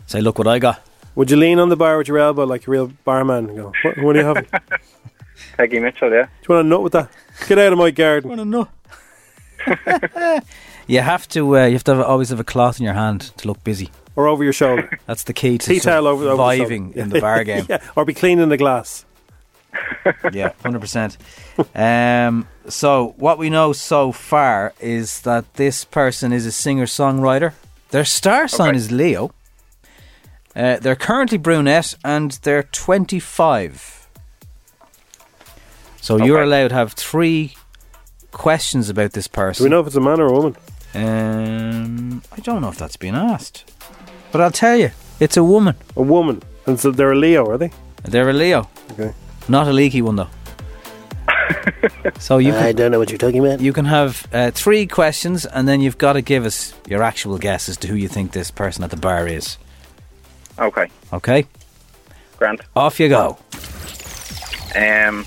[SPEAKER 3] Say, look what I got.
[SPEAKER 4] Would you lean on the bar with your elbow like a real barman and go, "What, what do you have?
[SPEAKER 14] [LAUGHS]
[SPEAKER 4] Do
[SPEAKER 14] Peggy Mitchell, yeah.
[SPEAKER 4] you want a nut with that? Get out of my garden."
[SPEAKER 3] Want to know? You have to. Uh, you have to have, always have a cloth in your hand to look busy.
[SPEAKER 4] [LAUGHS] Or over
[SPEAKER 3] [LAUGHS]
[SPEAKER 4] your shoulder.
[SPEAKER 3] That's the key to
[SPEAKER 4] Tea towel over, over the
[SPEAKER 3] surviving
[SPEAKER 4] shoulder.
[SPEAKER 3] in the bar game.
[SPEAKER 4] [LAUGHS] yeah. Or be cleaning the glass.
[SPEAKER 3] yeah, hundred percent. Um, so what we know so far is that this person is a singer-songwriter. Their star sign is Leo. Uh, they're currently brunette and they're twenty-five. So you're allowed to have three questions about this
[SPEAKER 4] Do we
[SPEAKER 3] person.
[SPEAKER 4] know if it's a man or a woman?
[SPEAKER 3] Um, I don't know if that's been asked, but I'll tell you, it's a woman.
[SPEAKER 4] A woman. And so they're a Leo, are they?
[SPEAKER 3] They're a Leo.
[SPEAKER 4] Okay.
[SPEAKER 3] Not a leaky one though. so
[SPEAKER 15] [LAUGHS]
[SPEAKER 3] you
[SPEAKER 15] I don't know what you're talking about.
[SPEAKER 3] You can have uh, three questions, and then you've got to give us your actual guess as to who you think this person at the bar is.
[SPEAKER 14] Okay.
[SPEAKER 3] Okay,
[SPEAKER 14] Grant.
[SPEAKER 3] off you go.
[SPEAKER 14] Um,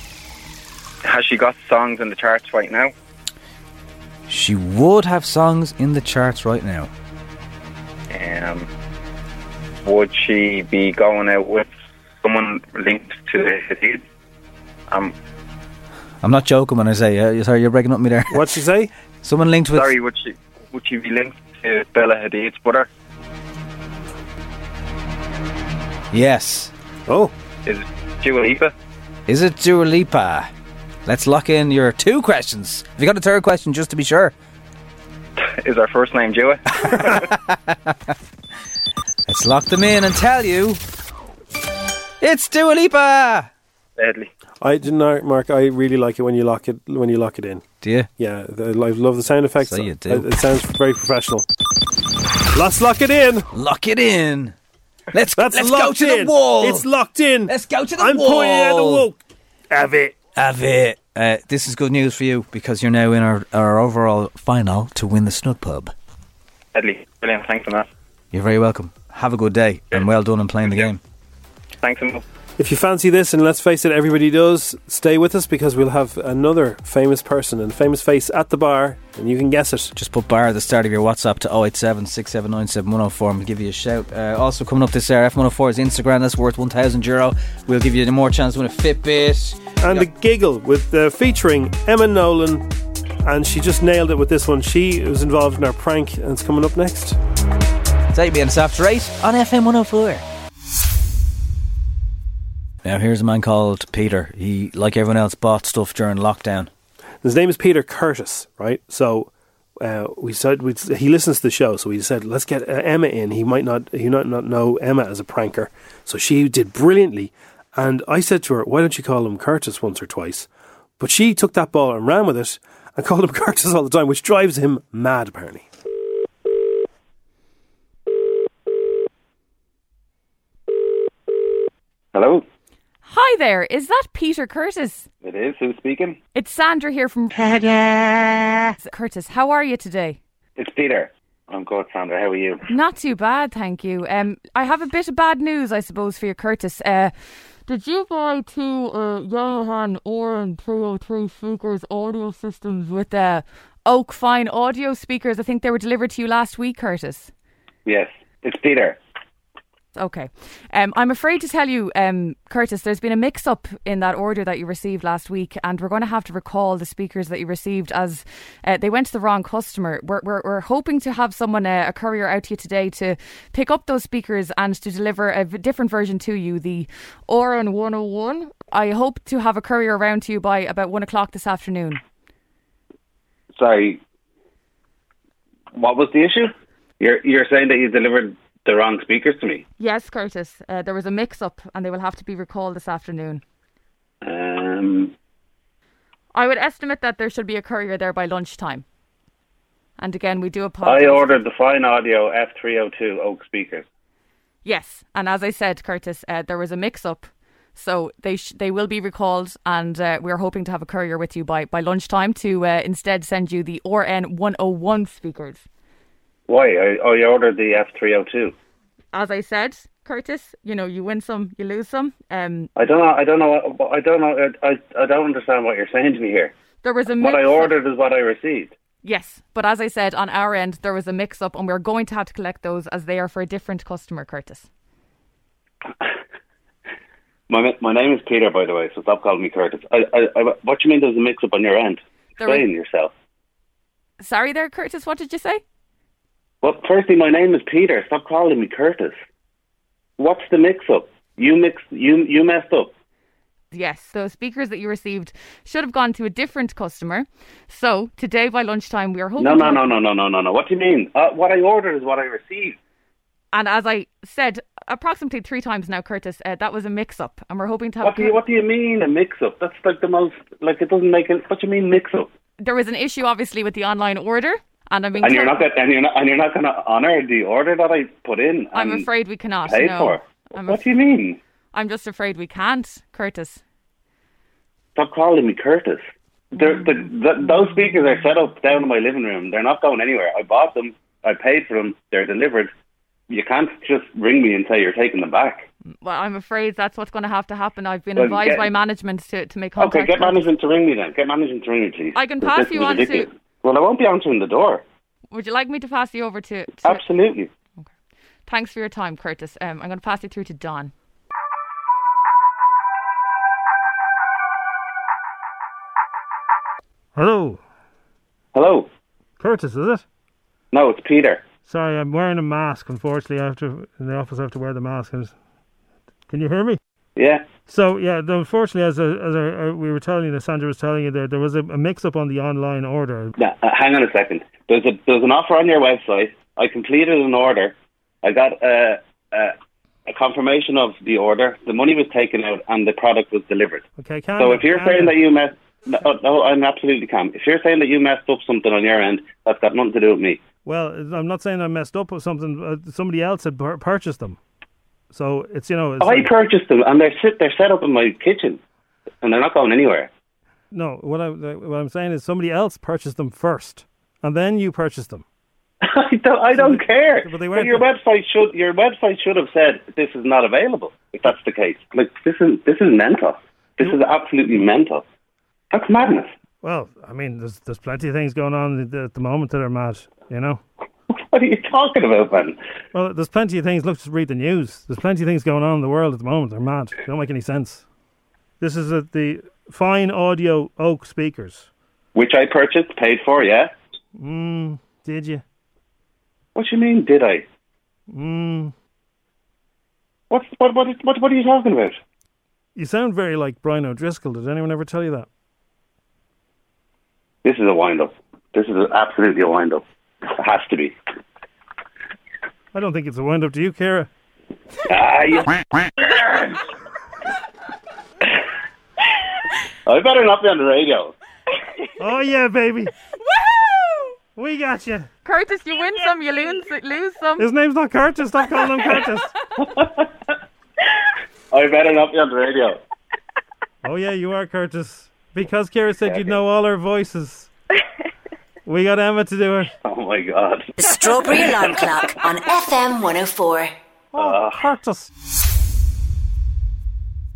[SPEAKER 14] has she got songs in the charts right now?
[SPEAKER 3] She would have songs in the charts right now.
[SPEAKER 14] Um, would she be going out with someone linked to the disease? Um,
[SPEAKER 3] I'm not joking when I say uh, sorry. You're breaking
[SPEAKER 15] [LAUGHS]
[SPEAKER 3] up me there.
[SPEAKER 4] What'd she say?
[SPEAKER 3] Someone linked with.
[SPEAKER 14] sorry, would she would she be linked to Bella Hadid's brother?
[SPEAKER 3] Yes.
[SPEAKER 4] Oh.
[SPEAKER 14] Is it Dua Lipa? [LAUGHS]
[SPEAKER 3] Is it Dua Lipa? Let's lock in your two questions. Have you got a third question just to be sure?
[SPEAKER 14] Is her first name Dua?
[SPEAKER 3] [LAUGHS] Let's lock them in and tell you. It's Dua Lipa.
[SPEAKER 14] Deadly.
[SPEAKER 4] I didn't know, Mark. I really like it when you lock it when you lock it in.
[SPEAKER 3] Do you?
[SPEAKER 4] Yeah, th- I love the sound effects.
[SPEAKER 3] So you do.
[SPEAKER 4] It, it sounds very professional. Let's lock it in.
[SPEAKER 3] Lock it in. Let's
[SPEAKER 4] That's
[SPEAKER 3] let's go
[SPEAKER 4] locked
[SPEAKER 3] to
[SPEAKER 4] in.
[SPEAKER 3] the wall.
[SPEAKER 4] It's locked in.
[SPEAKER 3] Let's go to the
[SPEAKER 4] I'm
[SPEAKER 3] wall.
[SPEAKER 4] pointing at the wall. Have it.
[SPEAKER 3] Have it. Uh, this is good news for you because you're now in our, our overall final to win the Snug Pub.
[SPEAKER 14] Deadly. Brilliant. Thanks for that.
[SPEAKER 3] You're very welcome. Have a good day and well done in playing the game.
[SPEAKER 14] Thanks a mil.
[SPEAKER 4] If you fancy this, and let's face it, everybody does, stay with us because we'll have another famous person and famous face at the bar, and you can guess it.
[SPEAKER 3] Just put bar at the start of your WhatsApp to 087 679 7104 and we'll give you a shout. Uh, also, coming up this hour, F104's Instagram, that's worth €1,000. Euro. We'll give you more chance to win a Fitbit.
[SPEAKER 4] And
[SPEAKER 3] Yeah.
[SPEAKER 4] a giggle with uh, featuring Emma Nolan, and she just nailed it with this one. She was involved in our prank, and it's coming up next.
[SPEAKER 3] It's 8 minutes after 8 on FM 104. Now, here's a man called Peter. He, like everyone else, bought stuff during lockdown.
[SPEAKER 4] His name is Peter Curtis, right? So uh, we said we he listens to the show, so we said let's get uh, Emma in. He might not he might not know Emma as a pranker, so she did brilliantly. And I said to her, "Why don't you call him Curtis once or twice?" But she took that ball and ran with it and [LAUGHS] called him Curtis all the time, which drives him mad. Apparently,
[SPEAKER 14] Hello.
[SPEAKER 16] Hi there, is that Peter Curtis?
[SPEAKER 14] It is. Who's speaking?
[SPEAKER 16] It's Sandra here from Curtis. How are you today?
[SPEAKER 14] It's Peter. I'm good, Sandra. How are you?
[SPEAKER 16] Not too bad, thank you. Um, I have a bit of bad news, I suppose, for you, Curtis. Uh, did you buy two uh, Yamaha Orin 303 speakers audio systems with uh, Oak Fine audio speakers? I think they were delivered to you last week, Curtis.
[SPEAKER 14] Yes. It's Peter.
[SPEAKER 16] Okay. Um, I'm afraid to tell you, um, Curtis, there's been a mix up in that order that you received last week, and we're going to have to recall the speakers that you received as uh, they went to the wrong customer. We're, we're, we're hoping to have someone, uh, a courier out to you today to pick up those speakers and to deliver a v- different version to you, the Oran 101. I hope to have a courier around to you by about one o'clock this afternoon.
[SPEAKER 14] Sorry. What was the issue? You're you're saying that you delivered the wrong speakers to me.
[SPEAKER 16] Yes, Curtis, uh, there was a mix up, and they will have to be recalled this afternoon.
[SPEAKER 14] Um.
[SPEAKER 16] I would estimate that there should be a courier there by lunchtime. And again, we do apologize.
[SPEAKER 14] I ordered the Fine Audio F302 Oak speakers.
[SPEAKER 16] Yes, and as I said, Curtis, uh, there was a mix-up, so they sh- they will be recalled, and uh, we're hoping to have a courier with you by by lunchtime to uh, instead send you the ORN 101 speakers.
[SPEAKER 14] Why? I, I ordered the F302.
[SPEAKER 16] As I said, Curtis, you know you win some, you lose some. Um,
[SPEAKER 14] I don't know. I don't know. what- I don't know. I, I, I don't understand what you're saying to me here.
[SPEAKER 16] there was a
[SPEAKER 14] What I
[SPEAKER 16] mix-up-
[SPEAKER 14] ordered is what I received.
[SPEAKER 16] Yes, but as I said, on our end there was a mix-up, and we're going to have to collect those as they are for a different customer, Curtis.
[SPEAKER 14] My my name is Peter, by the way, so stop calling me Curtis. I, I, I, what do you mean there's a mix up on your end?
[SPEAKER 16] There is-
[SPEAKER 14] Explain yourself.
[SPEAKER 16] Sorry, there, Curtis. What did you say?
[SPEAKER 14] Well, firstly, my name is Peter. Stop calling me Curtis. What's the mix up? You mix you you messed up.
[SPEAKER 16] Yes, those speakers that you received should have gone to a different customer. So today by lunchtime, we are hoping.
[SPEAKER 14] No, no,
[SPEAKER 16] to-
[SPEAKER 14] no, no, no, no, no, no. What do you mean? Uh, what I ordered is what I received.
[SPEAKER 16] And as I said approximately three times now, Curtis, uh, that was a mix-up, and we're hoping to have.
[SPEAKER 14] What do you What do you mean a mix up? That's like the most like it doesn't make it. What do you mean mix up?
[SPEAKER 16] There was an issue, obviously, with the online order, and I mean.
[SPEAKER 14] And you're not gonna and you're not and you're not gonna honor the order that I put in.
[SPEAKER 16] I'm
[SPEAKER 14] and
[SPEAKER 16] afraid we cannot.
[SPEAKER 14] pay
[SPEAKER 16] no.
[SPEAKER 14] for.
[SPEAKER 16] I'm
[SPEAKER 15] What do you mean?
[SPEAKER 16] I'm just afraid we can't, Curtis.
[SPEAKER 15] Stop calling me Curtis. They're, the,
[SPEAKER 16] Mm.
[SPEAKER 15] the, those speakers are set up down in my living room. They're not going anywhere. I bought them. I paid for them. They're delivered. You can't just ring me and say you're taking them back.
[SPEAKER 16] Well, I'm afraid that's what's going to have to happen. I've been
[SPEAKER 15] Well,
[SPEAKER 16] advised
[SPEAKER 15] get-
[SPEAKER 16] by management to, to make contact.
[SPEAKER 15] okay, get
[SPEAKER 16] with-
[SPEAKER 15] management to ring me then. Get management to ring me, please.
[SPEAKER 16] I can pass
[SPEAKER 15] This is
[SPEAKER 16] you on to-
[SPEAKER 15] ridiculous. Well, I won't be answering the door.
[SPEAKER 16] Would you like me to pass you over to? to-
[SPEAKER 15] Absolutely.
[SPEAKER 16] Thanks for your time, Curtis. Um, I'm going to pass you through to Don.
[SPEAKER 17] Hello,
[SPEAKER 15] Hello.
[SPEAKER 17] Curtis, is it?
[SPEAKER 15] No, it's Peter.
[SPEAKER 17] Sorry, I'm wearing a mask. Unfortunately, I have to in the office. I have to wear the mask. I was- Can you hear me?
[SPEAKER 15] Yeah.
[SPEAKER 17] So yeah, the- unfortunately, as a, as a, uh, we were telling you, as Sandra was telling you, there there was a, a mix-up on the online order.
[SPEAKER 15] No, uh, hang on a second. There's a there's an offer on your website. I completed an order. I got a, a a confirmation of the order. The money was taken out and the product was delivered.
[SPEAKER 17] Okay, can
[SPEAKER 15] so if you're saying that you messed, no, oh, no, I'm absolutely calm. If you're saying that you messed up something on your end, that's got nothing to do with me.
[SPEAKER 17] well, I'm not saying I messed up or something. Uh, somebody else had pur- purchased them, so it's you know it's
[SPEAKER 15] Oh, I
[SPEAKER 17] like-
[SPEAKER 15] purchased them and they're sit they're set up in my kitchen, and they're not going anywhere. [LAUGHS]
[SPEAKER 17] no. What I what I'm saying is somebody else purchased them first, and then you purchased them.
[SPEAKER 15] I don't, I don't care.
[SPEAKER 17] But they
[SPEAKER 15] But
[SPEAKER 17] weren't.
[SPEAKER 15] your website should your website should have said this is not available. If that's the case, like this is this is mental. This is absolutely mental. That's madness.
[SPEAKER 17] Well, I mean, there's there's plenty of things going on at the- at the moment that are mad, you know.
[SPEAKER 15] What are you talking about, man?
[SPEAKER 17] Well, there's plenty of things. Look, just read the news. There's plenty of things going on in the world at the moment. They're mad. They don't make any sense. This is at the Fine Audio Oak speakers.
[SPEAKER 15] Which I purchased, paid for. Yeah.
[SPEAKER 17] Mm, did you?
[SPEAKER 15] What you mean? Did I?
[SPEAKER 17] Mm.
[SPEAKER 15] What's what what is- what what are you talking about?
[SPEAKER 17] You sound very like Brian O'Driscoll. Did anyone ever tell you that?
[SPEAKER 15] This is a wind up. This is absolutely a wind up. It has to be.
[SPEAKER 17] I don't think it's a wind up. Do you, Kira?
[SPEAKER 15] Ah, you- I better not be on the radio.
[SPEAKER 17] oh yeah, baby. Woo! We got you.
[SPEAKER 16] Curtis, you win some, you lose, lose some.
[SPEAKER 17] His name's not Curtis. Stop calling him
[SPEAKER 15] [LAUGHS]
[SPEAKER 17] Curtis.
[SPEAKER 15] I better not be on the radio.
[SPEAKER 17] Oh yeah, you are Curtis. Because Kira said you'd know all our voices. we got Emma to do
[SPEAKER 15] [LAUGHS]
[SPEAKER 17] it.
[SPEAKER 15] Oh my god.
[SPEAKER 6] The Strawberry Alarm Clock on FM 104.
[SPEAKER 17] Oh, Curtis.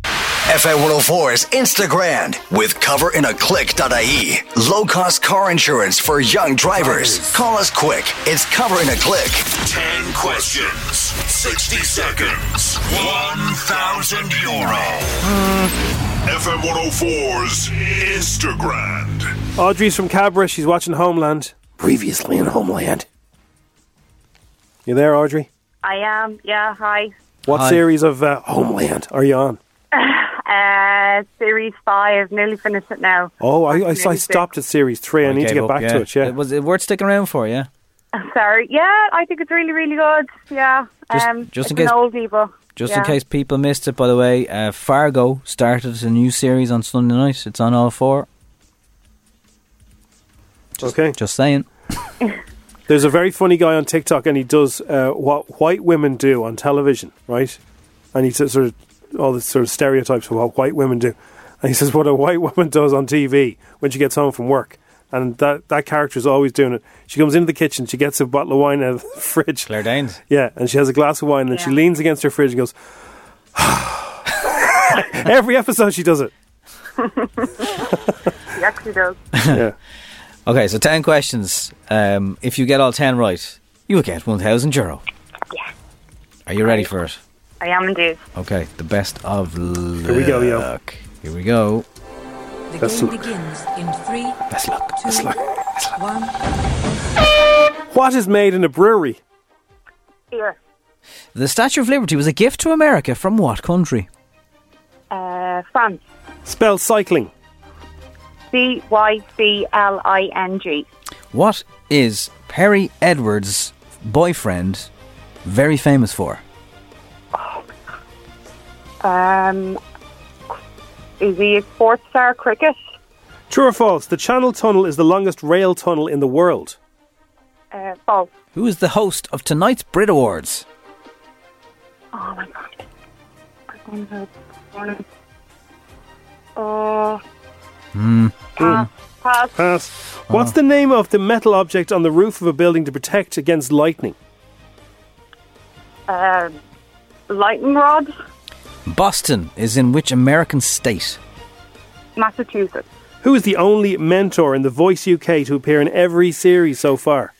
[SPEAKER 2] FA104's Instagram with coverinaclick.ie. Low cost E. car insurance for young drivers. Call us quick. It's Cover in a Click.
[SPEAKER 18] 10 questions, 60 seconds, 1,000 euro. FM 104's Instagram.
[SPEAKER 4] Audrey's from Cabra. She's watching Homeland. Previously in Homeland. You there, Audrey?
[SPEAKER 19] I am. Yeah. Hi.
[SPEAKER 5] [SIGHS]
[SPEAKER 4] What
[SPEAKER 19] Hi.
[SPEAKER 4] series of uh, Homeland are you on?
[SPEAKER 19] Uh, series five. Nearly finished it now.
[SPEAKER 4] Oh, I, I,
[SPEAKER 19] Nearly
[SPEAKER 4] I
[SPEAKER 19] six.
[SPEAKER 4] stopped at series three. I, need to
[SPEAKER 3] gave
[SPEAKER 4] get
[SPEAKER 3] up,
[SPEAKER 4] back to it. Yeah.
[SPEAKER 3] It was it worth sticking around for? Yeah.
[SPEAKER 19] I'm sorry. Yeah, I think it's really, really good. Yeah.
[SPEAKER 3] Just-
[SPEAKER 19] um,
[SPEAKER 3] just
[SPEAKER 19] it's an
[SPEAKER 3] in case-
[SPEAKER 19] oldie, but
[SPEAKER 3] Just
[SPEAKER 19] yeah.
[SPEAKER 3] in case people missed it, by the way, uh, Fargo started a new series on Sunday night. It's on all four.
[SPEAKER 4] okay.
[SPEAKER 3] Just saying.
[SPEAKER 4] There's a very funny guy on TikTok, and he does uh, what white women do on television, right? And he says sort of all the sort of stereotypes of what white women do, and he says what a white woman does on TV when she gets home from work. And that that character is always doing it. She comes into the kitchen, she gets a bottle of wine out of the [LAUGHS] fridge. Claire
[SPEAKER 3] Danes.
[SPEAKER 4] Yeah, and she has a glass of wine, and she leans against her fridge and goes. [SIGHS] Every episode she does it.
[SPEAKER 19] He actually does.
[SPEAKER 4] yeah.
[SPEAKER 3] [LAUGHS] Okay, so ten questions. Um, if you get all ten right, you will get one thousand euro. Are you ready for it?
[SPEAKER 19] I am indeed.
[SPEAKER 3] Okay, the best of luck.
[SPEAKER 4] Here we go, yo.
[SPEAKER 3] Here we go.
[SPEAKER 20] The
[SPEAKER 3] Best
[SPEAKER 20] game
[SPEAKER 3] of luck.
[SPEAKER 20] begins in three,
[SPEAKER 3] Best of luck.
[SPEAKER 20] two,
[SPEAKER 3] Best of luck.
[SPEAKER 20] one.
[SPEAKER 4] What is made in a brewery?
[SPEAKER 19] Here.
[SPEAKER 3] The Statue of Liberty was a gift to America from what country?
[SPEAKER 19] Uh, France.
[SPEAKER 4] Spell cycling.
[SPEAKER 19] C Y C L I N G.
[SPEAKER 3] What is Perry Edwards' boyfriend very famous for?
[SPEAKER 19] Um, is he a sports star? Cricket.
[SPEAKER 4] True or false? The Channel Tunnel is the longest rail tunnel in the world.
[SPEAKER 19] Uh, false.
[SPEAKER 3] Who is the host of tonight's Brit Awards?
[SPEAKER 19] Oh my god. Oh,
[SPEAKER 3] Hmm.
[SPEAKER 19] Pass. pass.
[SPEAKER 4] Pass. What's the name of the metal object on the roof of a building to protect against lightning?
[SPEAKER 19] Uh, lightning rod,
[SPEAKER 3] Boston is in which American state?
[SPEAKER 19] Massachusetts.
[SPEAKER 4] Who is the only mentor in The Voice UK to appear in every series so far?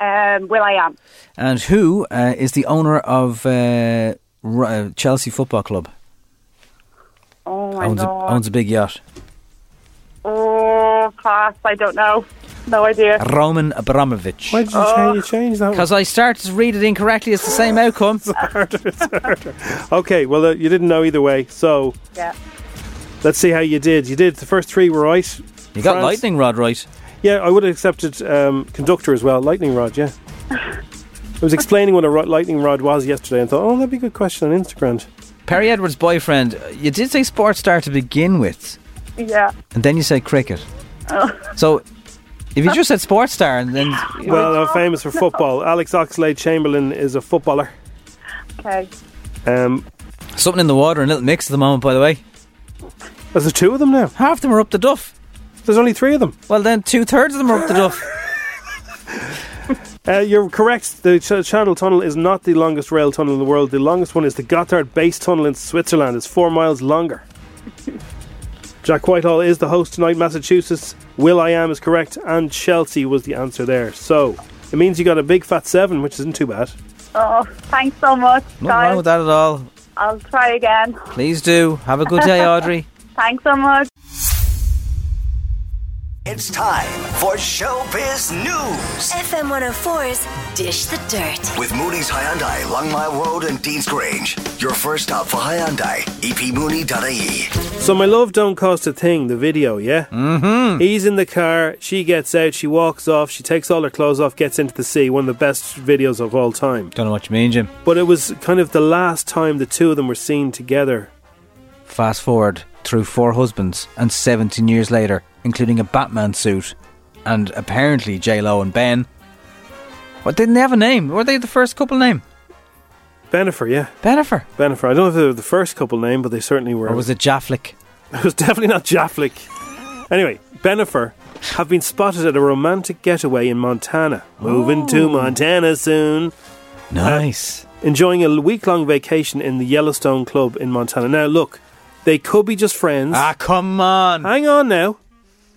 [SPEAKER 19] Um, Will I am.
[SPEAKER 3] And who uh, is the owner of uh, Ro- uh, Chelsea Football Club?
[SPEAKER 19] Oh my
[SPEAKER 3] owns, a,
[SPEAKER 19] god.
[SPEAKER 3] owns a big yacht.
[SPEAKER 19] Oh, pass. I don't know. No idea.
[SPEAKER 3] Roman Abramovich.
[SPEAKER 19] Why did you change- you
[SPEAKER 4] change that?
[SPEAKER 3] Because I started to read it incorrectly. It's the
[SPEAKER 19] [LAUGHS]
[SPEAKER 3] same outcome.
[SPEAKER 4] Okay, well, uh, you didn't know either way, so
[SPEAKER 19] Yeah.
[SPEAKER 4] let's see how you did. You did. The first three were right.
[SPEAKER 3] You got lightning rod right.
[SPEAKER 4] Yeah, I would have accepted um, conductor as well. Lightning rod, yeah. I was explaining what a ro- lightning rod was yesterday and thought, oh, that'd be a good question on Instagram.
[SPEAKER 3] Perry Edwards' boyfriend. uh, You did say sports star to begin with,
[SPEAKER 19] Yeah.
[SPEAKER 3] and then you said cricket.
[SPEAKER 19] Oh.
[SPEAKER 3] So if you just
[SPEAKER 19] [LAUGHS]
[SPEAKER 3] said sports star and then
[SPEAKER 4] Well, uh, famous for football. Alex Oxlade Chamberlain is a footballer.
[SPEAKER 19] Okay.
[SPEAKER 4] Um,
[SPEAKER 3] something in the water and little mix at the moment, by the way.
[SPEAKER 4] There's the two of them now.
[SPEAKER 3] Half of them are up the duff.
[SPEAKER 4] There's only three of them.
[SPEAKER 3] Well, then two thirds of them are up the duff.
[SPEAKER 4] Uh, you're correct. The Ch- Channel Tunnel is not the longest rail tunnel in the world. The longest one is the Gotthard Base Tunnel in Switzerland. It's four miles longer. Jack Whitehall is the host tonight. Massachusetts. Will I am is correct, and Chelsea was the answer there. So it means you got a big fat seven, which isn't too bad.
[SPEAKER 19] Oh, thanks so much,
[SPEAKER 3] Nothing
[SPEAKER 19] guys.
[SPEAKER 3] wrong with that at all.
[SPEAKER 19] I'll try again.
[SPEAKER 3] Please do. Have a good day, Audrey.
[SPEAKER 19] [LAUGHS] Thanks so much.
[SPEAKER 2] It's time for Showbiz News
[SPEAKER 6] FM 104's Dish the Dirt.
[SPEAKER 2] with Mooney's Hyundai, Long Mile Road, and Dean's Grange. Your first stop for Hyundai, E epmooney.ie.
[SPEAKER 4] So my love don't cost a thing. The video, yeah. Mm-hmm. He's in the car. She gets out. She walks off. She takes all her clothes off. Gets into the sea. One of the best videos of all time.
[SPEAKER 3] Don't know what you mean, Jim.
[SPEAKER 4] But it was kind of the last time the two of them were seen together.
[SPEAKER 3] Fast forward through four husbands and 17 years later, including a Batman suit and apparently J Lo and Ben. What didn't they have a name? Were they the first couple name?
[SPEAKER 4] Benifer, yeah.
[SPEAKER 3] Benifer.
[SPEAKER 4] Benifer. I don't know if they were the first couple name, but they certainly were.
[SPEAKER 3] Or was it Jafflick?
[SPEAKER 4] [LAUGHS] It was definitely not Jaflick. Anyway, Benifer have been spotted at a romantic getaway in Montana. Moving to Montana soon.
[SPEAKER 3] Oh.
[SPEAKER 4] Uh,
[SPEAKER 3] Nice.
[SPEAKER 4] enjoying a week long vacation in the Yellowstone Club in Montana. Now, look, they could be just friends.
[SPEAKER 3] Ah, come on.
[SPEAKER 4] Hang on now.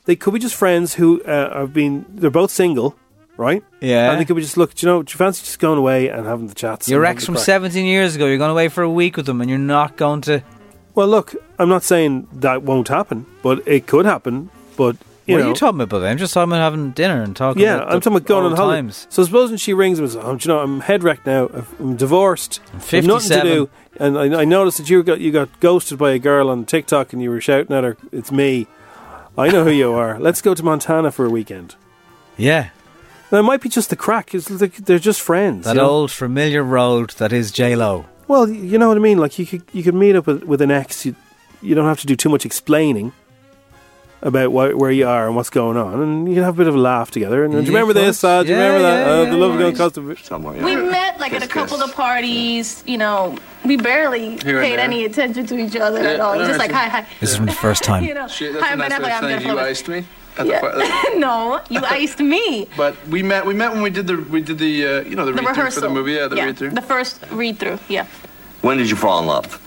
[SPEAKER 4] They could be just friends who uh, have been, they're both single, right?
[SPEAKER 3] Yeah.
[SPEAKER 4] And they could be just, look, do you know, do you fancy just going away and having the chats?
[SPEAKER 3] Your
[SPEAKER 4] and
[SPEAKER 3] ex
[SPEAKER 4] having
[SPEAKER 3] from
[SPEAKER 4] the crack?
[SPEAKER 3] 17 years ago, you're going away for a week with them and you're not going to.
[SPEAKER 4] Well, look, I'm not saying that won't happen, but it could happen. But, you
[SPEAKER 3] what
[SPEAKER 4] know.
[SPEAKER 3] are you talking about? I'm just talking about having dinner and talking
[SPEAKER 4] Yeah,
[SPEAKER 3] about
[SPEAKER 4] I'm
[SPEAKER 3] the
[SPEAKER 4] talking about going on
[SPEAKER 3] old
[SPEAKER 4] holiday.
[SPEAKER 3] times.
[SPEAKER 4] So supposing she rings him and says, oh, do you know, I'm head wrecked now. I've- I'm divorced. I've nothing to
[SPEAKER 3] 57.
[SPEAKER 4] do. And I, I noticed that you got you got ghosted by a girl on TikTok and you were shouting at her, it's me. I know who you are. Let's go to Montana for a weekend.
[SPEAKER 3] Yeah.
[SPEAKER 4] Now, it might be just the crack. It's like they're just friends.
[SPEAKER 3] That
[SPEAKER 4] you know?
[SPEAKER 3] old familiar road that is J Lo.
[SPEAKER 4] Well, you know what I mean. Like you could you could meet up with, with an ex. You, you don't have to do too much explaining about wh- where you are and what's going on, and you can have a bit of a laugh together. And do you
[SPEAKER 3] Yeah,
[SPEAKER 4] remember
[SPEAKER 3] of course.
[SPEAKER 4] this? Uh, do you
[SPEAKER 3] Yeah,
[SPEAKER 4] remember that?
[SPEAKER 3] yeah,
[SPEAKER 4] uh,
[SPEAKER 3] yeah,
[SPEAKER 4] the love
[SPEAKER 3] yeah.
[SPEAKER 4] going cost of somewhere.
[SPEAKER 1] We met like at a couple of parties, you know, we barely
[SPEAKER 3] Here and
[SPEAKER 1] paid
[SPEAKER 3] there.
[SPEAKER 1] any attention to each other at
[SPEAKER 5] Yeah,
[SPEAKER 1] all. It was just
[SPEAKER 5] no,
[SPEAKER 1] like, hi, hi.
[SPEAKER 3] This is from the first time.
[SPEAKER 1] [LAUGHS] You know,
[SPEAKER 5] Shit, that's
[SPEAKER 1] hi,
[SPEAKER 5] the
[SPEAKER 1] my
[SPEAKER 5] nice
[SPEAKER 1] nephew,
[SPEAKER 5] last thing you
[SPEAKER 1] I'm gonna follow-
[SPEAKER 5] iced me. At the fi-
[SPEAKER 1] Yeah. [LAUGHS] no,
[SPEAKER 5] [LAUGHS]
[SPEAKER 1] you iced [LAUGHS] me.
[SPEAKER 5] but we met. We met when we did the we did the uh, you know the,
[SPEAKER 1] The
[SPEAKER 5] read through for
[SPEAKER 1] rehearsal.
[SPEAKER 5] the movie. Yeah, the read through.
[SPEAKER 1] The first read through, yeah.
[SPEAKER 5] When did you fall in love?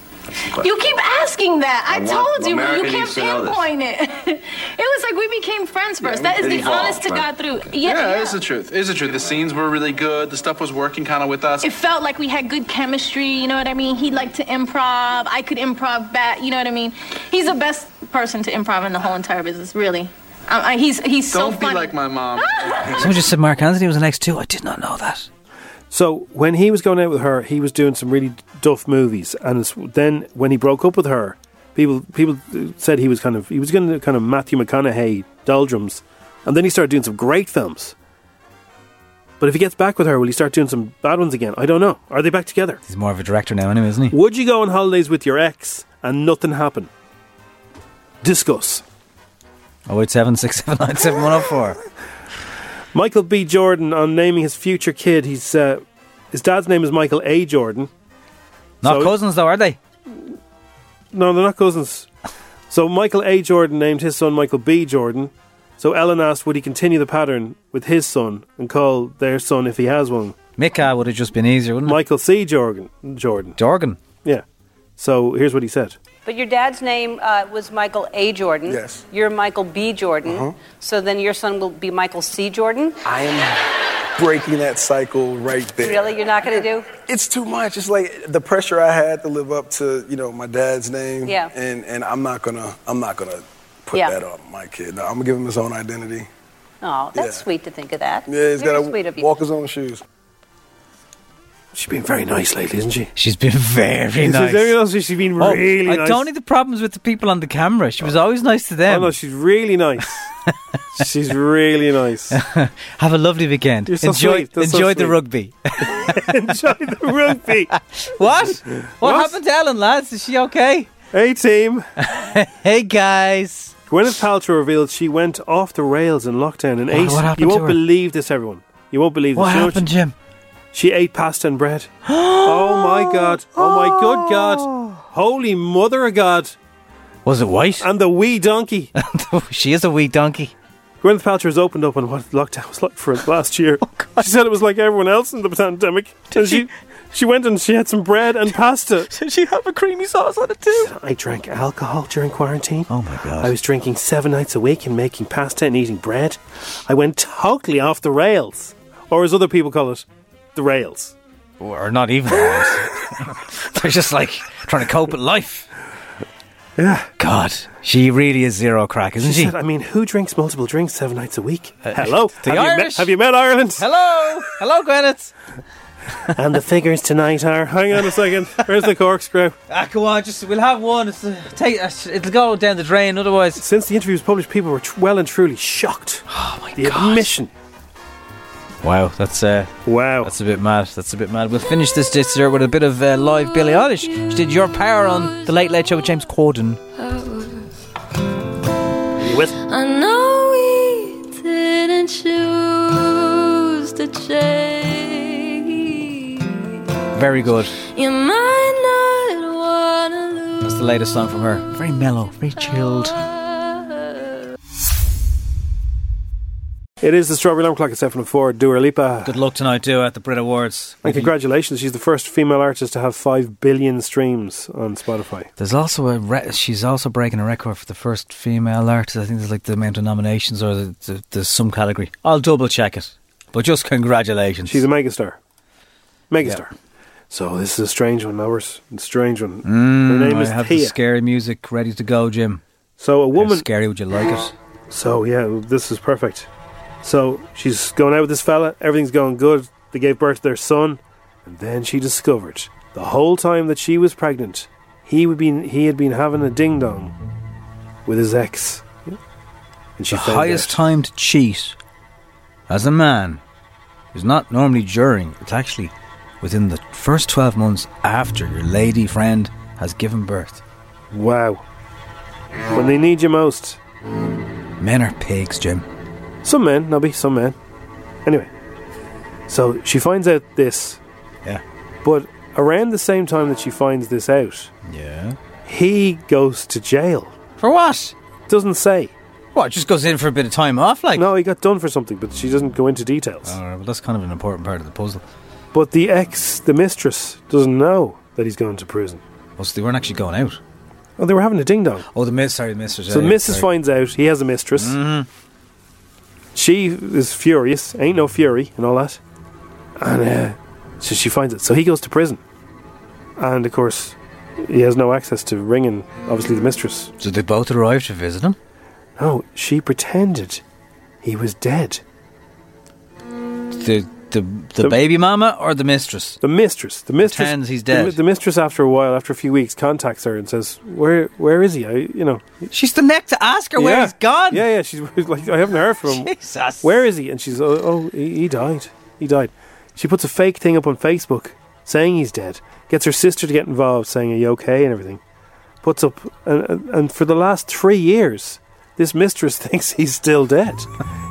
[SPEAKER 1] You keep asking that. I,
[SPEAKER 5] I want-
[SPEAKER 1] told you, but
[SPEAKER 5] America
[SPEAKER 1] you can't
[SPEAKER 5] needs to know this.
[SPEAKER 1] pinpoint it. it [LAUGHS] was like we became friends first. that is the honest to God through.
[SPEAKER 5] Yeah,
[SPEAKER 1] Yeah, yeah.
[SPEAKER 5] it's the truth. It's the truth. The scenes were really good. The stuff was working kind of with us.
[SPEAKER 1] It felt like we had good chemistry, you know what I mean? He liked to improv. I could improv back, you know what I mean? He's the best person to improv in the whole entire business, really. I, I, he's he's so
[SPEAKER 5] Don't be
[SPEAKER 1] funny.
[SPEAKER 5] like my mom.
[SPEAKER 3] Someone just said Mark Anthony was an ex too. I did not know that.
[SPEAKER 4] So when he was going out with her, he was doing some really duff movies, and it's, then when he broke up with her, people people uh, said he was kind of he was going to kind of Matthew McConaughey doldrums, and then he started doing some great films. But if he gets back with her, will he start doing some bad ones again? I don't know. Are they back together?
[SPEAKER 3] He's more of a director now, anyway, isn't he?
[SPEAKER 4] Would you go on holidays with your ex and nothing happen? Discuss.
[SPEAKER 3] Oh wait, seven six seven nine seven one zero four.
[SPEAKER 4] Michael B. Jordan on naming his future kid. He's uh, his dad's name is Michael A. Jordan.
[SPEAKER 3] Not
[SPEAKER 4] So-
[SPEAKER 3] cousins though, are they?
[SPEAKER 4] No, they're not cousins. So Michael A. Jordan named his son Michael B. Jordan. So Ellen asked, would he continue the pattern with his son and call their son if he has one?
[SPEAKER 3] Mika uh, would have just been easier, wouldn't it?
[SPEAKER 4] Michael C. Jordan. Jordan.
[SPEAKER 3] Jordan.
[SPEAKER 4] Yeah. So here's what he said.
[SPEAKER 21] But your dad's name uh, was Michael A. Jordan.
[SPEAKER 4] Yes.
[SPEAKER 21] You're Michael B. Jordan.
[SPEAKER 7] Mhm.
[SPEAKER 21] So then your son will be Michael C. Jordan.
[SPEAKER 7] I am breaking that cycle right there.
[SPEAKER 21] Really? You're not going to do?
[SPEAKER 7] It's too much. It's like the pressure I had to live up to, you know, my dad's name.
[SPEAKER 21] Yeah.
[SPEAKER 7] And and I'm not gonna I'm not gonna put
[SPEAKER 21] Yeah.
[SPEAKER 7] that on my kid. No, I'm gonna give him his own identity.
[SPEAKER 21] Oh, that's
[SPEAKER 7] Yeah.
[SPEAKER 21] sweet to think of that.
[SPEAKER 7] Yeah, he's
[SPEAKER 21] Very
[SPEAKER 7] gotta
[SPEAKER 21] sweet of you.
[SPEAKER 7] walk his own shoes.
[SPEAKER 4] She's been very nice lately, isn't she?
[SPEAKER 3] She's been very nice.
[SPEAKER 4] She's been
[SPEAKER 3] Oh,
[SPEAKER 4] really
[SPEAKER 3] I
[SPEAKER 4] nice.
[SPEAKER 3] don't need the problems with the people on the camera. She was always nice to them.
[SPEAKER 4] Oh no, she's really nice.
[SPEAKER 3] [LAUGHS]
[SPEAKER 4] she's really nice.
[SPEAKER 3] Have a lovely weekend.
[SPEAKER 4] You're so
[SPEAKER 3] enjoy
[SPEAKER 4] sweet. That's so
[SPEAKER 3] enjoy the
[SPEAKER 4] sweet.
[SPEAKER 3] rugby.
[SPEAKER 4] [LAUGHS] enjoy the rugby.
[SPEAKER 3] What? What, happened to Ellen, lads? Is she okay?
[SPEAKER 4] Hey, team.
[SPEAKER 3] [LAUGHS] hey, guys.
[SPEAKER 4] Gwyneth Paltrow revealed she went off the rails in lockdown and
[SPEAKER 3] Wha-
[SPEAKER 4] ate.
[SPEAKER 3] what happened
[SPEAKER 4] you
[SPEAKER 3] to
[SPEAKER 4] won't
[SPEAKER 3] her?
[SPEAKER 4] believe this, everyone. You won't believe this.
[SPEAKER 3] What
[SPEAKER 4] You know
[SPEAKER 3] happened,
[SPEAKER 4] she,
[SPEAKER 3] Jim?
[SPEAKER 4] She ate pasta and bread. oh my god! Oh my good god! Holy mother of God!
[SPEAKER 3] Was it white?
[SPEAKER 4] And the wee donkey.
[SPEAKER 3] [LAUGHS] she is a wee donkey.
[SPEAKER 4] Gwyneth Paltrow has opened up on what lockdown was like for us last
[SPEAKER 3] [LAUGHS]
[SPEAKER 4] year.
[SPEAKER 3] Oh,
[SPEAKER 4] she said it was like everyone else in the pandemic. and she, she went and she had some bread and pasta.
[SPEAKER 3] [LAUGHS] Did she have a creamy sauce on it too?
[SPEAKER 4] I drank alcohol during quarantine.
[SPEAKER 3] Oh my god.
[SPEAKER 4] I was drinking seven nights a week and making pasta and eating bread. I went totally off the rails. Or as other people call it, the rails.
[SPEAKER 3] Or not even rails.
[SPEAKER 4] [LAUGHS]
[SPEAKER 3] They're just like trying to cope with life.
[SPEAKER 4] Yeah.
[SPEAKER 3] God, she really is zero crack, isn't she? Uh,
[SPEAKER 4] Said, I mean, who drinks multiple drinks seven nights a week? Hello.
[SPEAKER 3] the
[SPEAKER 4] have, You met,
[SPEAKER 3] Irish.
[SPEAKER 4] have you met Ireland?
[SPEAKER 3] Hello. Hello, Gwyneth.
[SPEAKER 4] and the figures tonight are. Hang
[SPEAKER 3] [LAUGHS]
[SPEAKER 4] on a second. Where's the corkscrew?
[SPEAKER 3] Ah, come on, just we'll have one. It's, uh, take, uh, it'll go down the drain otherwise.
[SPEAKER 4] Since the interview was published, people were tr- well and truly shocked. Oh my the admission.
[SPEAKER 3] Wow, that's uh,
[SPEAKER 4] wow,
[SPEAKER 3] that's a bit mad. That's a bit mad. We'll finish this dessert with a bit of uh, live Billie Eilish. She did Your Power on the Late Late Show with James Corden.
[SPEAKER 9] I know we didn't choose to change.
[SPEAKER 3] Very good.
[SPEAKER 9] You might not wanna lose.
[SPEAKER 3] That's the latest song from her. Very mellow, very chilled.
[SPEAKER 4] It is the Strawberry Alarm Clock at 7 and 4, Dua Lipa.
[SPEAKER 3] Good luck tonight, too, at the Brit Awards.
[SPEAKER 4] And congratulations, she's the first female artist to have 5 billion streams on Spotify.
[SPEAKER 3] There's also a re- she's also breaking a record for the first female artist. I think there's like the amount of nominations or the, the, there's some category. I'll double check it, but just congratulations.
[SPEAKER 4] She's a megastar. Megastar. So this is a strange one, ours. A strange one.
[SPEAKER 3] Mm,
[SPEAKER 4] Her name
[SPEAKER 3] I
[SPEAKER 4] is
[SPEAKER 3] have the
[SPEAKER 4] Tia.
[SPEAKER 3] scary music ready to go, Jim.
[SPEAKER 4] So a woman.
[SPEAKER 3] scary. Would you like it?
[SPEAKER 4] So yeah, this is perfect. So she's going out with this fella. Everything's going good. They gave birth to their son, and then she discovered the whole time that she was pregnant, he would be he had been having a ding dong with his ex. And she
[SPEAKER 3] the
[SPEAKER 4] found
[SPEAKER 3] highest
[SPEAKER 4] out.
[SPEAKER 3] time to cheat as a man is not normally during, it's actually within the first 12 months after your lady friend has given birth.
[SPEAKER 4] Wow. When they need you most.
[SPEAKER 3] Men are pigs, Jim.
[SPEAKER 4] Some men, Nobby, some men. Anyway, so she finds out this.
[SPEAKER 3] Yeah.
[SPEAKER 4] But around the same time that she finds this out,
[SPEAKER 3] Yeah.
[SPEAKER 4] he goes to jail.
[SPEAKER 3] For what?
[SPEAKER 4] Doesn't say.
[SPEAKER 3] What, just goes in for a bit of time off, like?
[SPEAKER 4] No, he got done for something, but she doesn't go into details.
[SPEAKER 3] Alright, well, that's kind of an important part of the puzzle.
[SPEAKER 4] But the ex, the mistress, doesn't know that he's going to prison.
[SPEAKER 3] Well, so they weren't actually going out.
[SPEAKER 4] Oh, they were having a ding dong.
[SPEAKER 3] Oh, the miss, sorry, the mistress.
[SPEAKER 4] So
[SPEAKER 3] yeah,
[SPEAKER 4] Mrs.
[SPEAKER 3] sorry.
[SPEAKER 4] finds out he has a mistress.
[SPEAKER 3] Mm-hmm.
[SPEAKER 4] She is furious. Ain't no fury and all that. And uh, so she finds it. So he goes to prison. And of course, he has no access to ringing, obviously, the mistress.
[SPEAKER 3] So they both arrived to visit him?
[SPEAKER 4] No, she pretended he was dead.
[SPEAKER 3] The, the, the, baby mama or the mistress?
[SPEAKER 4] The mistress. The mistress.
[SPEAKER 3] Pretends he's dead.
[SPEAKER 4] The, the mistress, after a while, after a few weeks, contacts her and says, "Where, where is he? I, you know."
[SPEAKER 3] She's the neck to ask her where he's gone.
[SPEAKER 4] Yeah, yeah. She's [LAUGHS] like, "I haven't heard from him.
[SPEAKER 3] Jesus.
[SPEAKER 4] Where is he?" And she's, "Oh, oh he, he died. He died." She puts a fake thing up on Facebook saying he's dead. Gets her sister to get involved, saying, "Are you okay?" and everything. Puts up, and, and, and for the last three years, this mistress [LAUGHS] thinks he's still dead.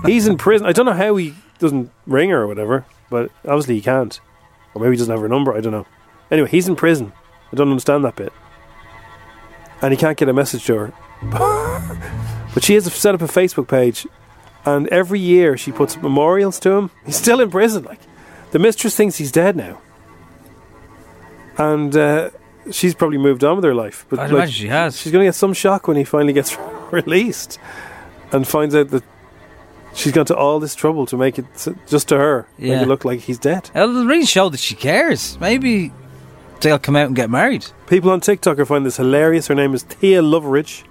[SPEAKER 4] he's in prison. I don't know how he doesn't ring her or whatever, but obviously he can't, or maybe he doesn't have her number. I don't know. Anyway, he's in prison. I don't understand that bit. and you can't get a message to her. but she has set up a Facebook page, and every year she puts up memorials to him. He's still in prison. Like the mistress thinks he's dead now, and uh, she's probably moved on with her life. But
[SPEAKER 3] I'd
[SPEAKER 4] like,
[SPEAKER 3] imagine she has.
[SPEAKER 4] She's going to get some shock when he finally gets [LAUGHS] released, and finds out that she's gone to all this trouble to make it s- just to her,
[SPEAKER 3] Yeah.
[SPEAKER 4] make it look like he's dead.
[SPEAKER 3] It'll really show that she cares. Maybe they'll come out and get married.
[SPEAKER 4] People on TikTok are finding this hilarious. Her name is Thea Loveridge.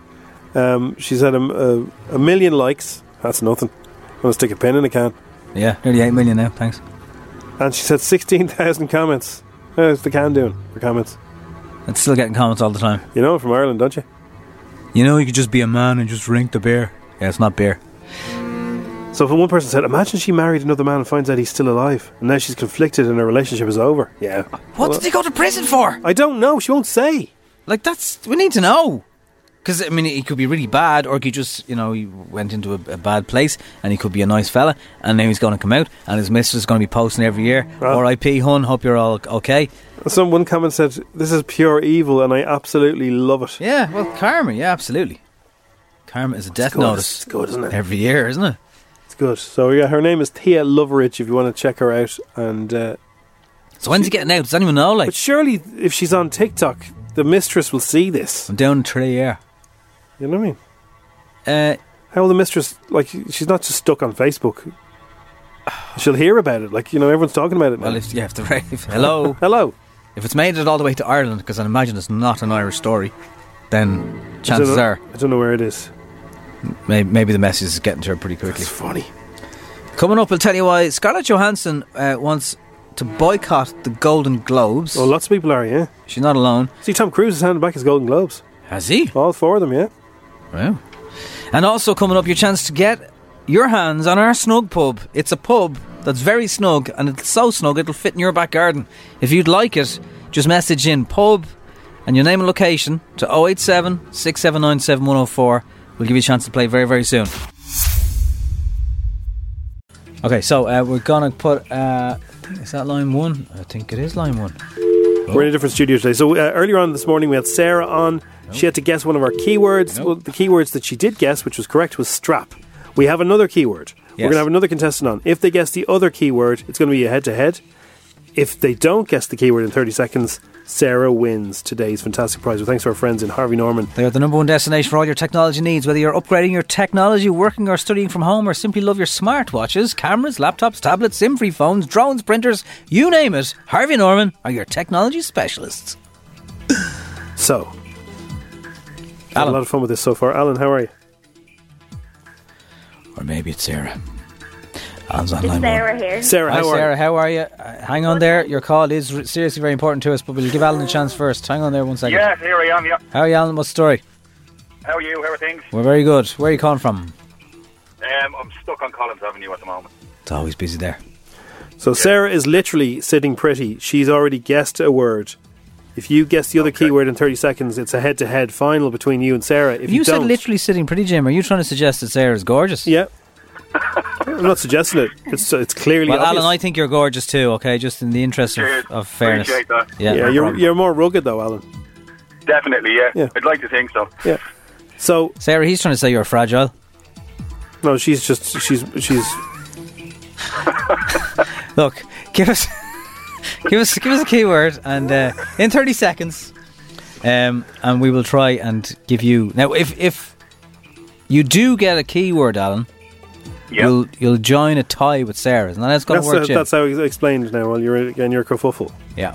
[SPEAKER 4] Um, she's had a, a, a million likes. That's nothing. I'm going to stick a pin in a can.
[SPEAKER 3] Yeah, nearly 8 million now, thanks.
[SPEAKER 4] And she's had 16,000 comments. How's the can doing for comments?
[SPEAKER 3] It's still getting comments all the time.
[SPEAKER 4] You know, from Ireland, don't you?
[SPEAKER 3] You know, you could just be a man and just drink the beer. Yeah, it's not beer.
[SPEAKER 4] So, for one person said, Imagine she married another man and finds out he's still alive. And now she's conflicted and her relationship is over. Yeah.
[SPEAKER 3] What did they go to prison for?
[SPEAKER 4] I don't know. She won't say.
[SPEAKER 3] Like that's we need to know. Because I mean, he could be really bad, or he could just you know he went into a, a bad place, and he could be a nice fella, and now he's going to come out, and his mistress is going to be posting every year. R.I.P. Hun. Hope you're all okay.
[SPEAKER 4] Some one comment said, This is pure evil and I absolutely love it.
[SPEAKER 3] Yeah, well, karma. Yeah, absolutely. Karma is a death
[SPEAKER 4] good,
[SPEAKER 3] notice.
[SPEAKER 4] it's good, isn't it?
[SPEAKER 3] Every year, isn't it?
[SPEAKER 4] It's good. So, yeah, her name is Thea Loveridge if you want to check her out. And uh,
[SPEAKER 3] So when's he getting out? Does anyone know? Like,
[SPEAKER 4] But surely, if she's on TikTok, the mistress will see this.
[SPEAKER 3] I'm down to three year.
[SPEAKER 4] You know what I mean?
[SPEAKER 3] Uh,
[SPEAKER 4] How will the mistress like? She's not just stuck on Facebook. She'll hear about it. Like you know, everyone's talking about it. Now.
[SPEAKER 3] well, if you have to, if, hello,
[SPEAKER 4] [LAUGHS] hello.
[SPEAKER 3] If it's made it all the way to Ireland, because I imagine it's not an Irish story, then
[SPEAKER 4] I
[SPEAKER 3] chances
[SPEAKER 4] don't know-
[SPEAKER 3] are
[SPEAKER 4] I don't know where it is.
[SPEAKER 3] Maybe, maybe the message is getting to her pretty quickly. It's
[SPEAKER 4] funny.
[SPEAKER 3] Coming up, I'll tell you why Scarlett Johansson uh, wants to boycott the Golden Globes.
[SPEAKER 4] Oh, lots of people are. Yeah,
[SPEAKER 3] she's not alone.
[SPEAKER 4] See, Tom Cruise has handed back his Golden Globes.
[SPEAKER 3] Has he?
[SPEAKER 4] All four of them. Yeah.
[SPEAKER 3] Wow. And also coming up, your chance to get your hands on our snug pub. It's a pub that's very snug, and it's so snug it'll fit in your back garden. If you'd like it, just message in pub and your name and location to 087 679 7104. We'll give you a chance to play very, very soon. Okay, so uh, we're gonna put. Uh, is that line one? I think it is line one.
[SPEAKER 4] We're in a different studio today. So uh, earlier on this morning, we had Sarah on. She had to guess one of our keywords. Well, the keywords that she did guess, which was correct, was strap. We have another keyword. We're
[SPEAKER 3] Yes.
[SPEAKER 4] going to have another contestant on. If they guess the other keyword, it's going to be a head-to-head. If they don't guess the keyword in 30 seconds, Sarah wins today's fantastic prize. Well, thanks to our friends in Harvey Norman.
[SPEAKER 3] They are the number one destination for all your technology needs, whether you're upgrading your technology, working or studying from home, or simply love your smartwatches, cameras, laptops, tablets, SIM free phones, drones, printers, you name it. Harvey Norman are your technology specialists.
[SPEAKER 4] So, had a lot of fun with this so far. Alan, how are you?
[SPEAKER 3] Or maybe it's Sarah. Alan's on
[SPEAKER 22] It's
[SPEAKER 3] line
[SPEAKER 22] Sarah
[SPEAKER 3] one.
[SPEAKER 22] here.
[SPEAKER 3] Hi, Sarah, how are you? Uh, hang on there. Your call is r- seriously very important to us, but we'll give Alan a chance first. Hang on there one second.
[SPEAKER 8] Yeah, here I am. Yeah.
[SPEAKER 3] How are you, Alan? What's the story?
[SPEAKER 8] How are you? How are things?
[SPEAKER 3] We're very good. Where are you calling from?
[SPEAKER 8] Um, I'm stuck on Collins Avenue at the moment.
[SPEAKER 3] It's always busy there.
[SPEAKER 4] So Sarah is literally sitting pretty. She's already guessed a word. If you guess the other keyword in 30 seconds, it's a head-to-head final between you and Sarah. If
[SPEAKER 3] you,
[SPEAKER 4] you,
[SPEAKER 3] said
[SPEAKER 4] don't,
[SPEAKER 3] literally sitting pretty, Jim. Are you trying to suggest that Sarah's gorgeous?
[SPEAKER 4] Yeah. [LAUGHS] I'm not suggesting it. It's it's clearly
[SPEAKER 3] Well,
[SPEAKER 4] obvious.
[SPEAKER 3] Alan, I think you're gorgeous too. Okay, just in the interest of, of fairness.
[SPEAKER 8] Appreciate that.
[SPEAKER 3] Yeah,
[SPEAKER 4] yeah
[SPEAKER 3] no
[SPEAKER 4] you're,
[SPEAKER 3] problem.
[SPEAKER 4] you're more rugged though, Alan.
[SPEAKER 8] Definitely, yeah.
[SPEAKER 4] Yeah.
[SPEAKER 8] I'd like to think so.
[SPEAKER 4] Yeah. So
[SPEAKER 3] Sarah, he's trying to say you're fragile.
[SPEAKER 4] No, she's just she's she's.
[SPEAKER 3] [LAUGHS] Look, give us, [LAUGHS] give us, give us a keyword, and uh, in thirty seconds, um, and we will try and give you now. If if you do get a keyword, Alan, you'll you'll join a tie with Sarah, and that's going to
[SPEAKER 4] That's,
[SPEAKER 3] work.
[SPEAKER 4] uh,
[SPEAKER 3] Jim.
[SPEAKER 4] that's how it's explained now. Well, you're again your kerfuffle.
[SPEAKER 3] Yeah.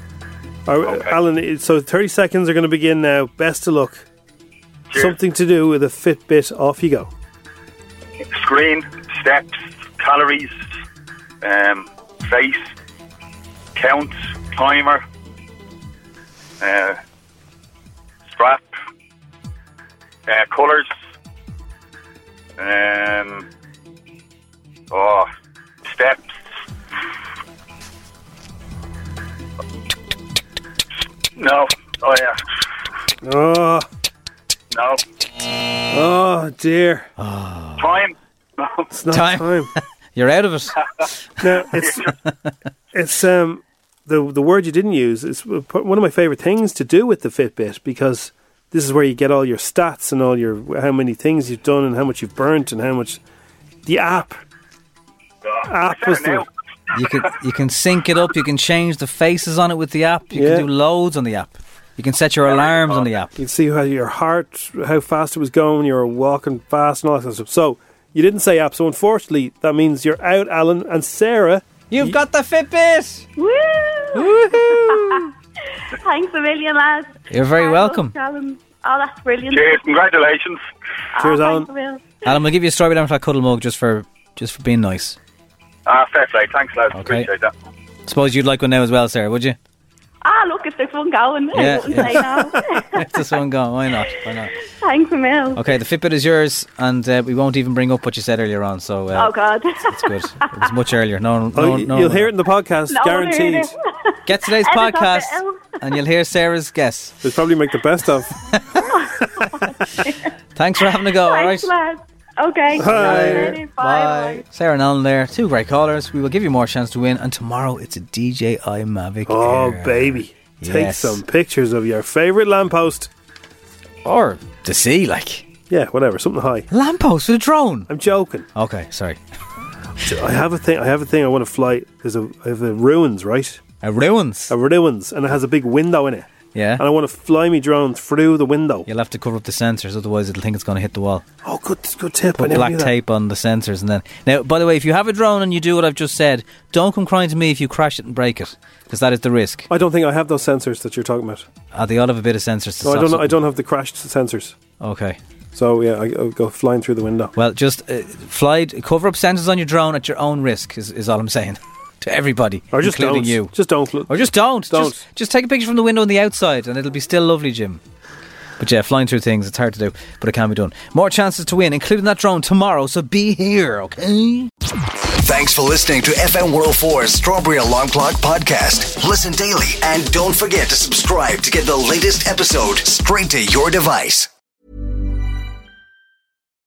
[SPEAKER 4] All right, Alan, it- so 30 seconds are going to begin now. Best of luck. Something to do with a Fitbit. Off you go.
[SPEAKER 8] Screen, steps, calories, um, face, count, timer, uh, strap, uh, colours, um, oh, steps. No. Oh yeah.
[SPEAKER 4] Oh,
[SPEAKER 8] No.
[SPEAKER 4] oh dear.
[SPEAKER 3] Ah.
[SPEAKER 8] Time. No.
[SPEAKER 4] It's not
[SPEAKER 8] Time.
[SPEAKER 4] time.
[SPEAKER 3] [LAUGHS] You're out of it.
[SPEAKER 4] [LAUGHS] no, it's it's um the the word you didn't use is one of my favorite things to do with the Fitbit because This is where you get all your stats and all your how many things you've done and how much you've burnt and how much. The app. app was the.
[SPEAKER 3] You can you can sync it up. You can change the faces on it with the app. You
[SPEAKER 4] Yeah.
[SPEAKER 3] can do loads on the app. You can set your alarms on the app.
[SPEAKER 4] You can see how your heart, how fast it was going. You were walking fast and all that kind of stuff. So you didn't say app. So unfortunately, that means you're out, Alan and Sarah.
[SPEAKER 3] You've got the Fitbit.
[SPEAKER 19] Woo! Woohoo! Thanks a million, lads.
[SPEAKER 3] You're very welcome.
[SPEAKER 19] Callum. Oh, that's brilliant.
[SPEAKER 8] Cheers, congratulations.
[SPEAKER 19] Oh,
[SPEAKER 3] Cheers,
[SPEAKER 19] thanks
[SPEAKER 3] Alan.
[SPEAKER 19] a million.
[SPEAKER 3] Alan, we'll give you a strawberry down for that cuddle mug just for just for being nice.
[SPEAKER 8] Ah, fair play. Thanks, lads. Appreciate that.
[SPEAKER 3] Suppose you'd like one now as well, Sarah, would you? [LAUGHS]
[SPEAKER 19] Ah, look, it's this one going. I
[SPEAKER 3] Yeah,
[SPEAKER 19] wouldn't
[SPEAKER 3] yeah.
[SPEAKER 19] say
[SPEAKER 3] [LAUGHS]
[SPEAKER 19] no.
[SPEAKER 3] Let this one go. Why not? Why not?
[SPEAKER 19] Thanks a million.
[SPEAKER 3] Okay, the Fitbit is yours, and uh, we won't even bring up what you said earlier on. So uh,
[SPEAKER 19] oh, God. [LAUGHS]
[SPEAKER 3] it's good. It was much earlier. No, no,
[SPEAKER 4] Oh,
[SPEAKER 3] no,
[SPEAKER 4] y-
[SPEAKER 3] no
[SPEAKER 4] you'll hear it in the podcast,
[SPEAKER 19] Oh. No, I'll hear it.
[SPEAKER 4] guaranteed.
[SPEAKER 3] Get today's
[SPEAKER 19] [LAUGHS] Edit off
[SPEAKER 3] podcast,
[SPEAKER 19] it [LAUGHS] out.
[SPEAKER 3] and you'll hear Sarah's guess.
[SPEAKER 4] We'll probably make the best
[SPEAKER 19] [LAUGHS]
[SPEAKER 4] of.
[SPEAKER 3] Thanks for having a go. All right.
[SPEAKER 19] Thanks, lads. Okay.
[SPEAKER 3] Bye.
[SPEAKER 19] Bye. Bye.
[SPEAKER 3] Sarah and Alan there, two great callers. We will give you more chance to win, and tomorrow it's a DJI Mavic.
[SPEAKER 4] Oh,
[SPEAKER 3] Air.
[SPEAKER 4] baby. Take
[SPEAKER 3] Yes.
[SPEAKER 4] some pictures of your favourite lamppost.
[SPEAKER 3] Or the sea, like.
[SPEAKER 4] Yeah, whatever, something high.
[SPEAKER 3] Lamppost with a drone.
[SPEAKER 4] I'm joking.
[SPEAKER 3] Okay, sorry.
[SPEAKER 4] I have a thing. I have a thing. I want to fly. There's a, I have a ruins, right?
[SPEAKER 3] A ruins.
[SPEAKER 4] A ruins, and it has a big window in it.
[SPEAKER 3] Yeah.
[SPEAKER 4] And I want to fly me drone through the window.
[SPEAKER 3] You'll have to cover up the sensors, otherwise it'll think it's going to hit the wall.
[SPEAKER 4] Oh, good, good tip. I
[SPEAKER 3] Put
[SPEAKER 4] never
[SPEAKER 3] black
[SPEAKER 4] knew that.
[SPEAKER 3] tape on the sensors, and then now. By the way, if you have a drone and you do what I've just said, don't come crying to me if you crash it and break it, because that is the risk.
[SPEAKER 4] I don't think I have those sensors that you're talking about.
[SPEAKER 3] Uh, they all have a bit of sensors. To
[SPEAKER 4] No,
[SPEAKER 3] stop
[SPEAKER 4] I don't. I
[SPEAKER 3] something.
[SPEAKER 4] don't have the crashed sensors.
[SPEAKER 3] Okay.
[SPEAKER 4] So yeah, I, I'll go flying through the window.
[SPEAKER 3] Well, just uh, fly, cover up sensors on your drone at your own risk. Is, is all I'm saying [LAUGHS] to everybody,
[SPEAKER 4] Or just
[SPEAKER 3] including
[SPEAKER 4] don't.
[SPEAKER 3] you.
[SPEAKER 4] Just don't. fl-
[SPEAKER 3] Or just don't.
[SPEAKER 4] Don't.
[SPEAKER 3] Just, just take a picture from the window on the outside, and it'll be still lovely, Jim. But yeah, flying through things, it's hard to do, but it can be done. More chances to win, including that drone tomorrow. So be here, okay?
[SPEAKER 2] Thanks for listening to FM 104's Strawberry Alarm Clock podcast. Listen daily and don't forget to subscribe to get the latest episode straight to your device.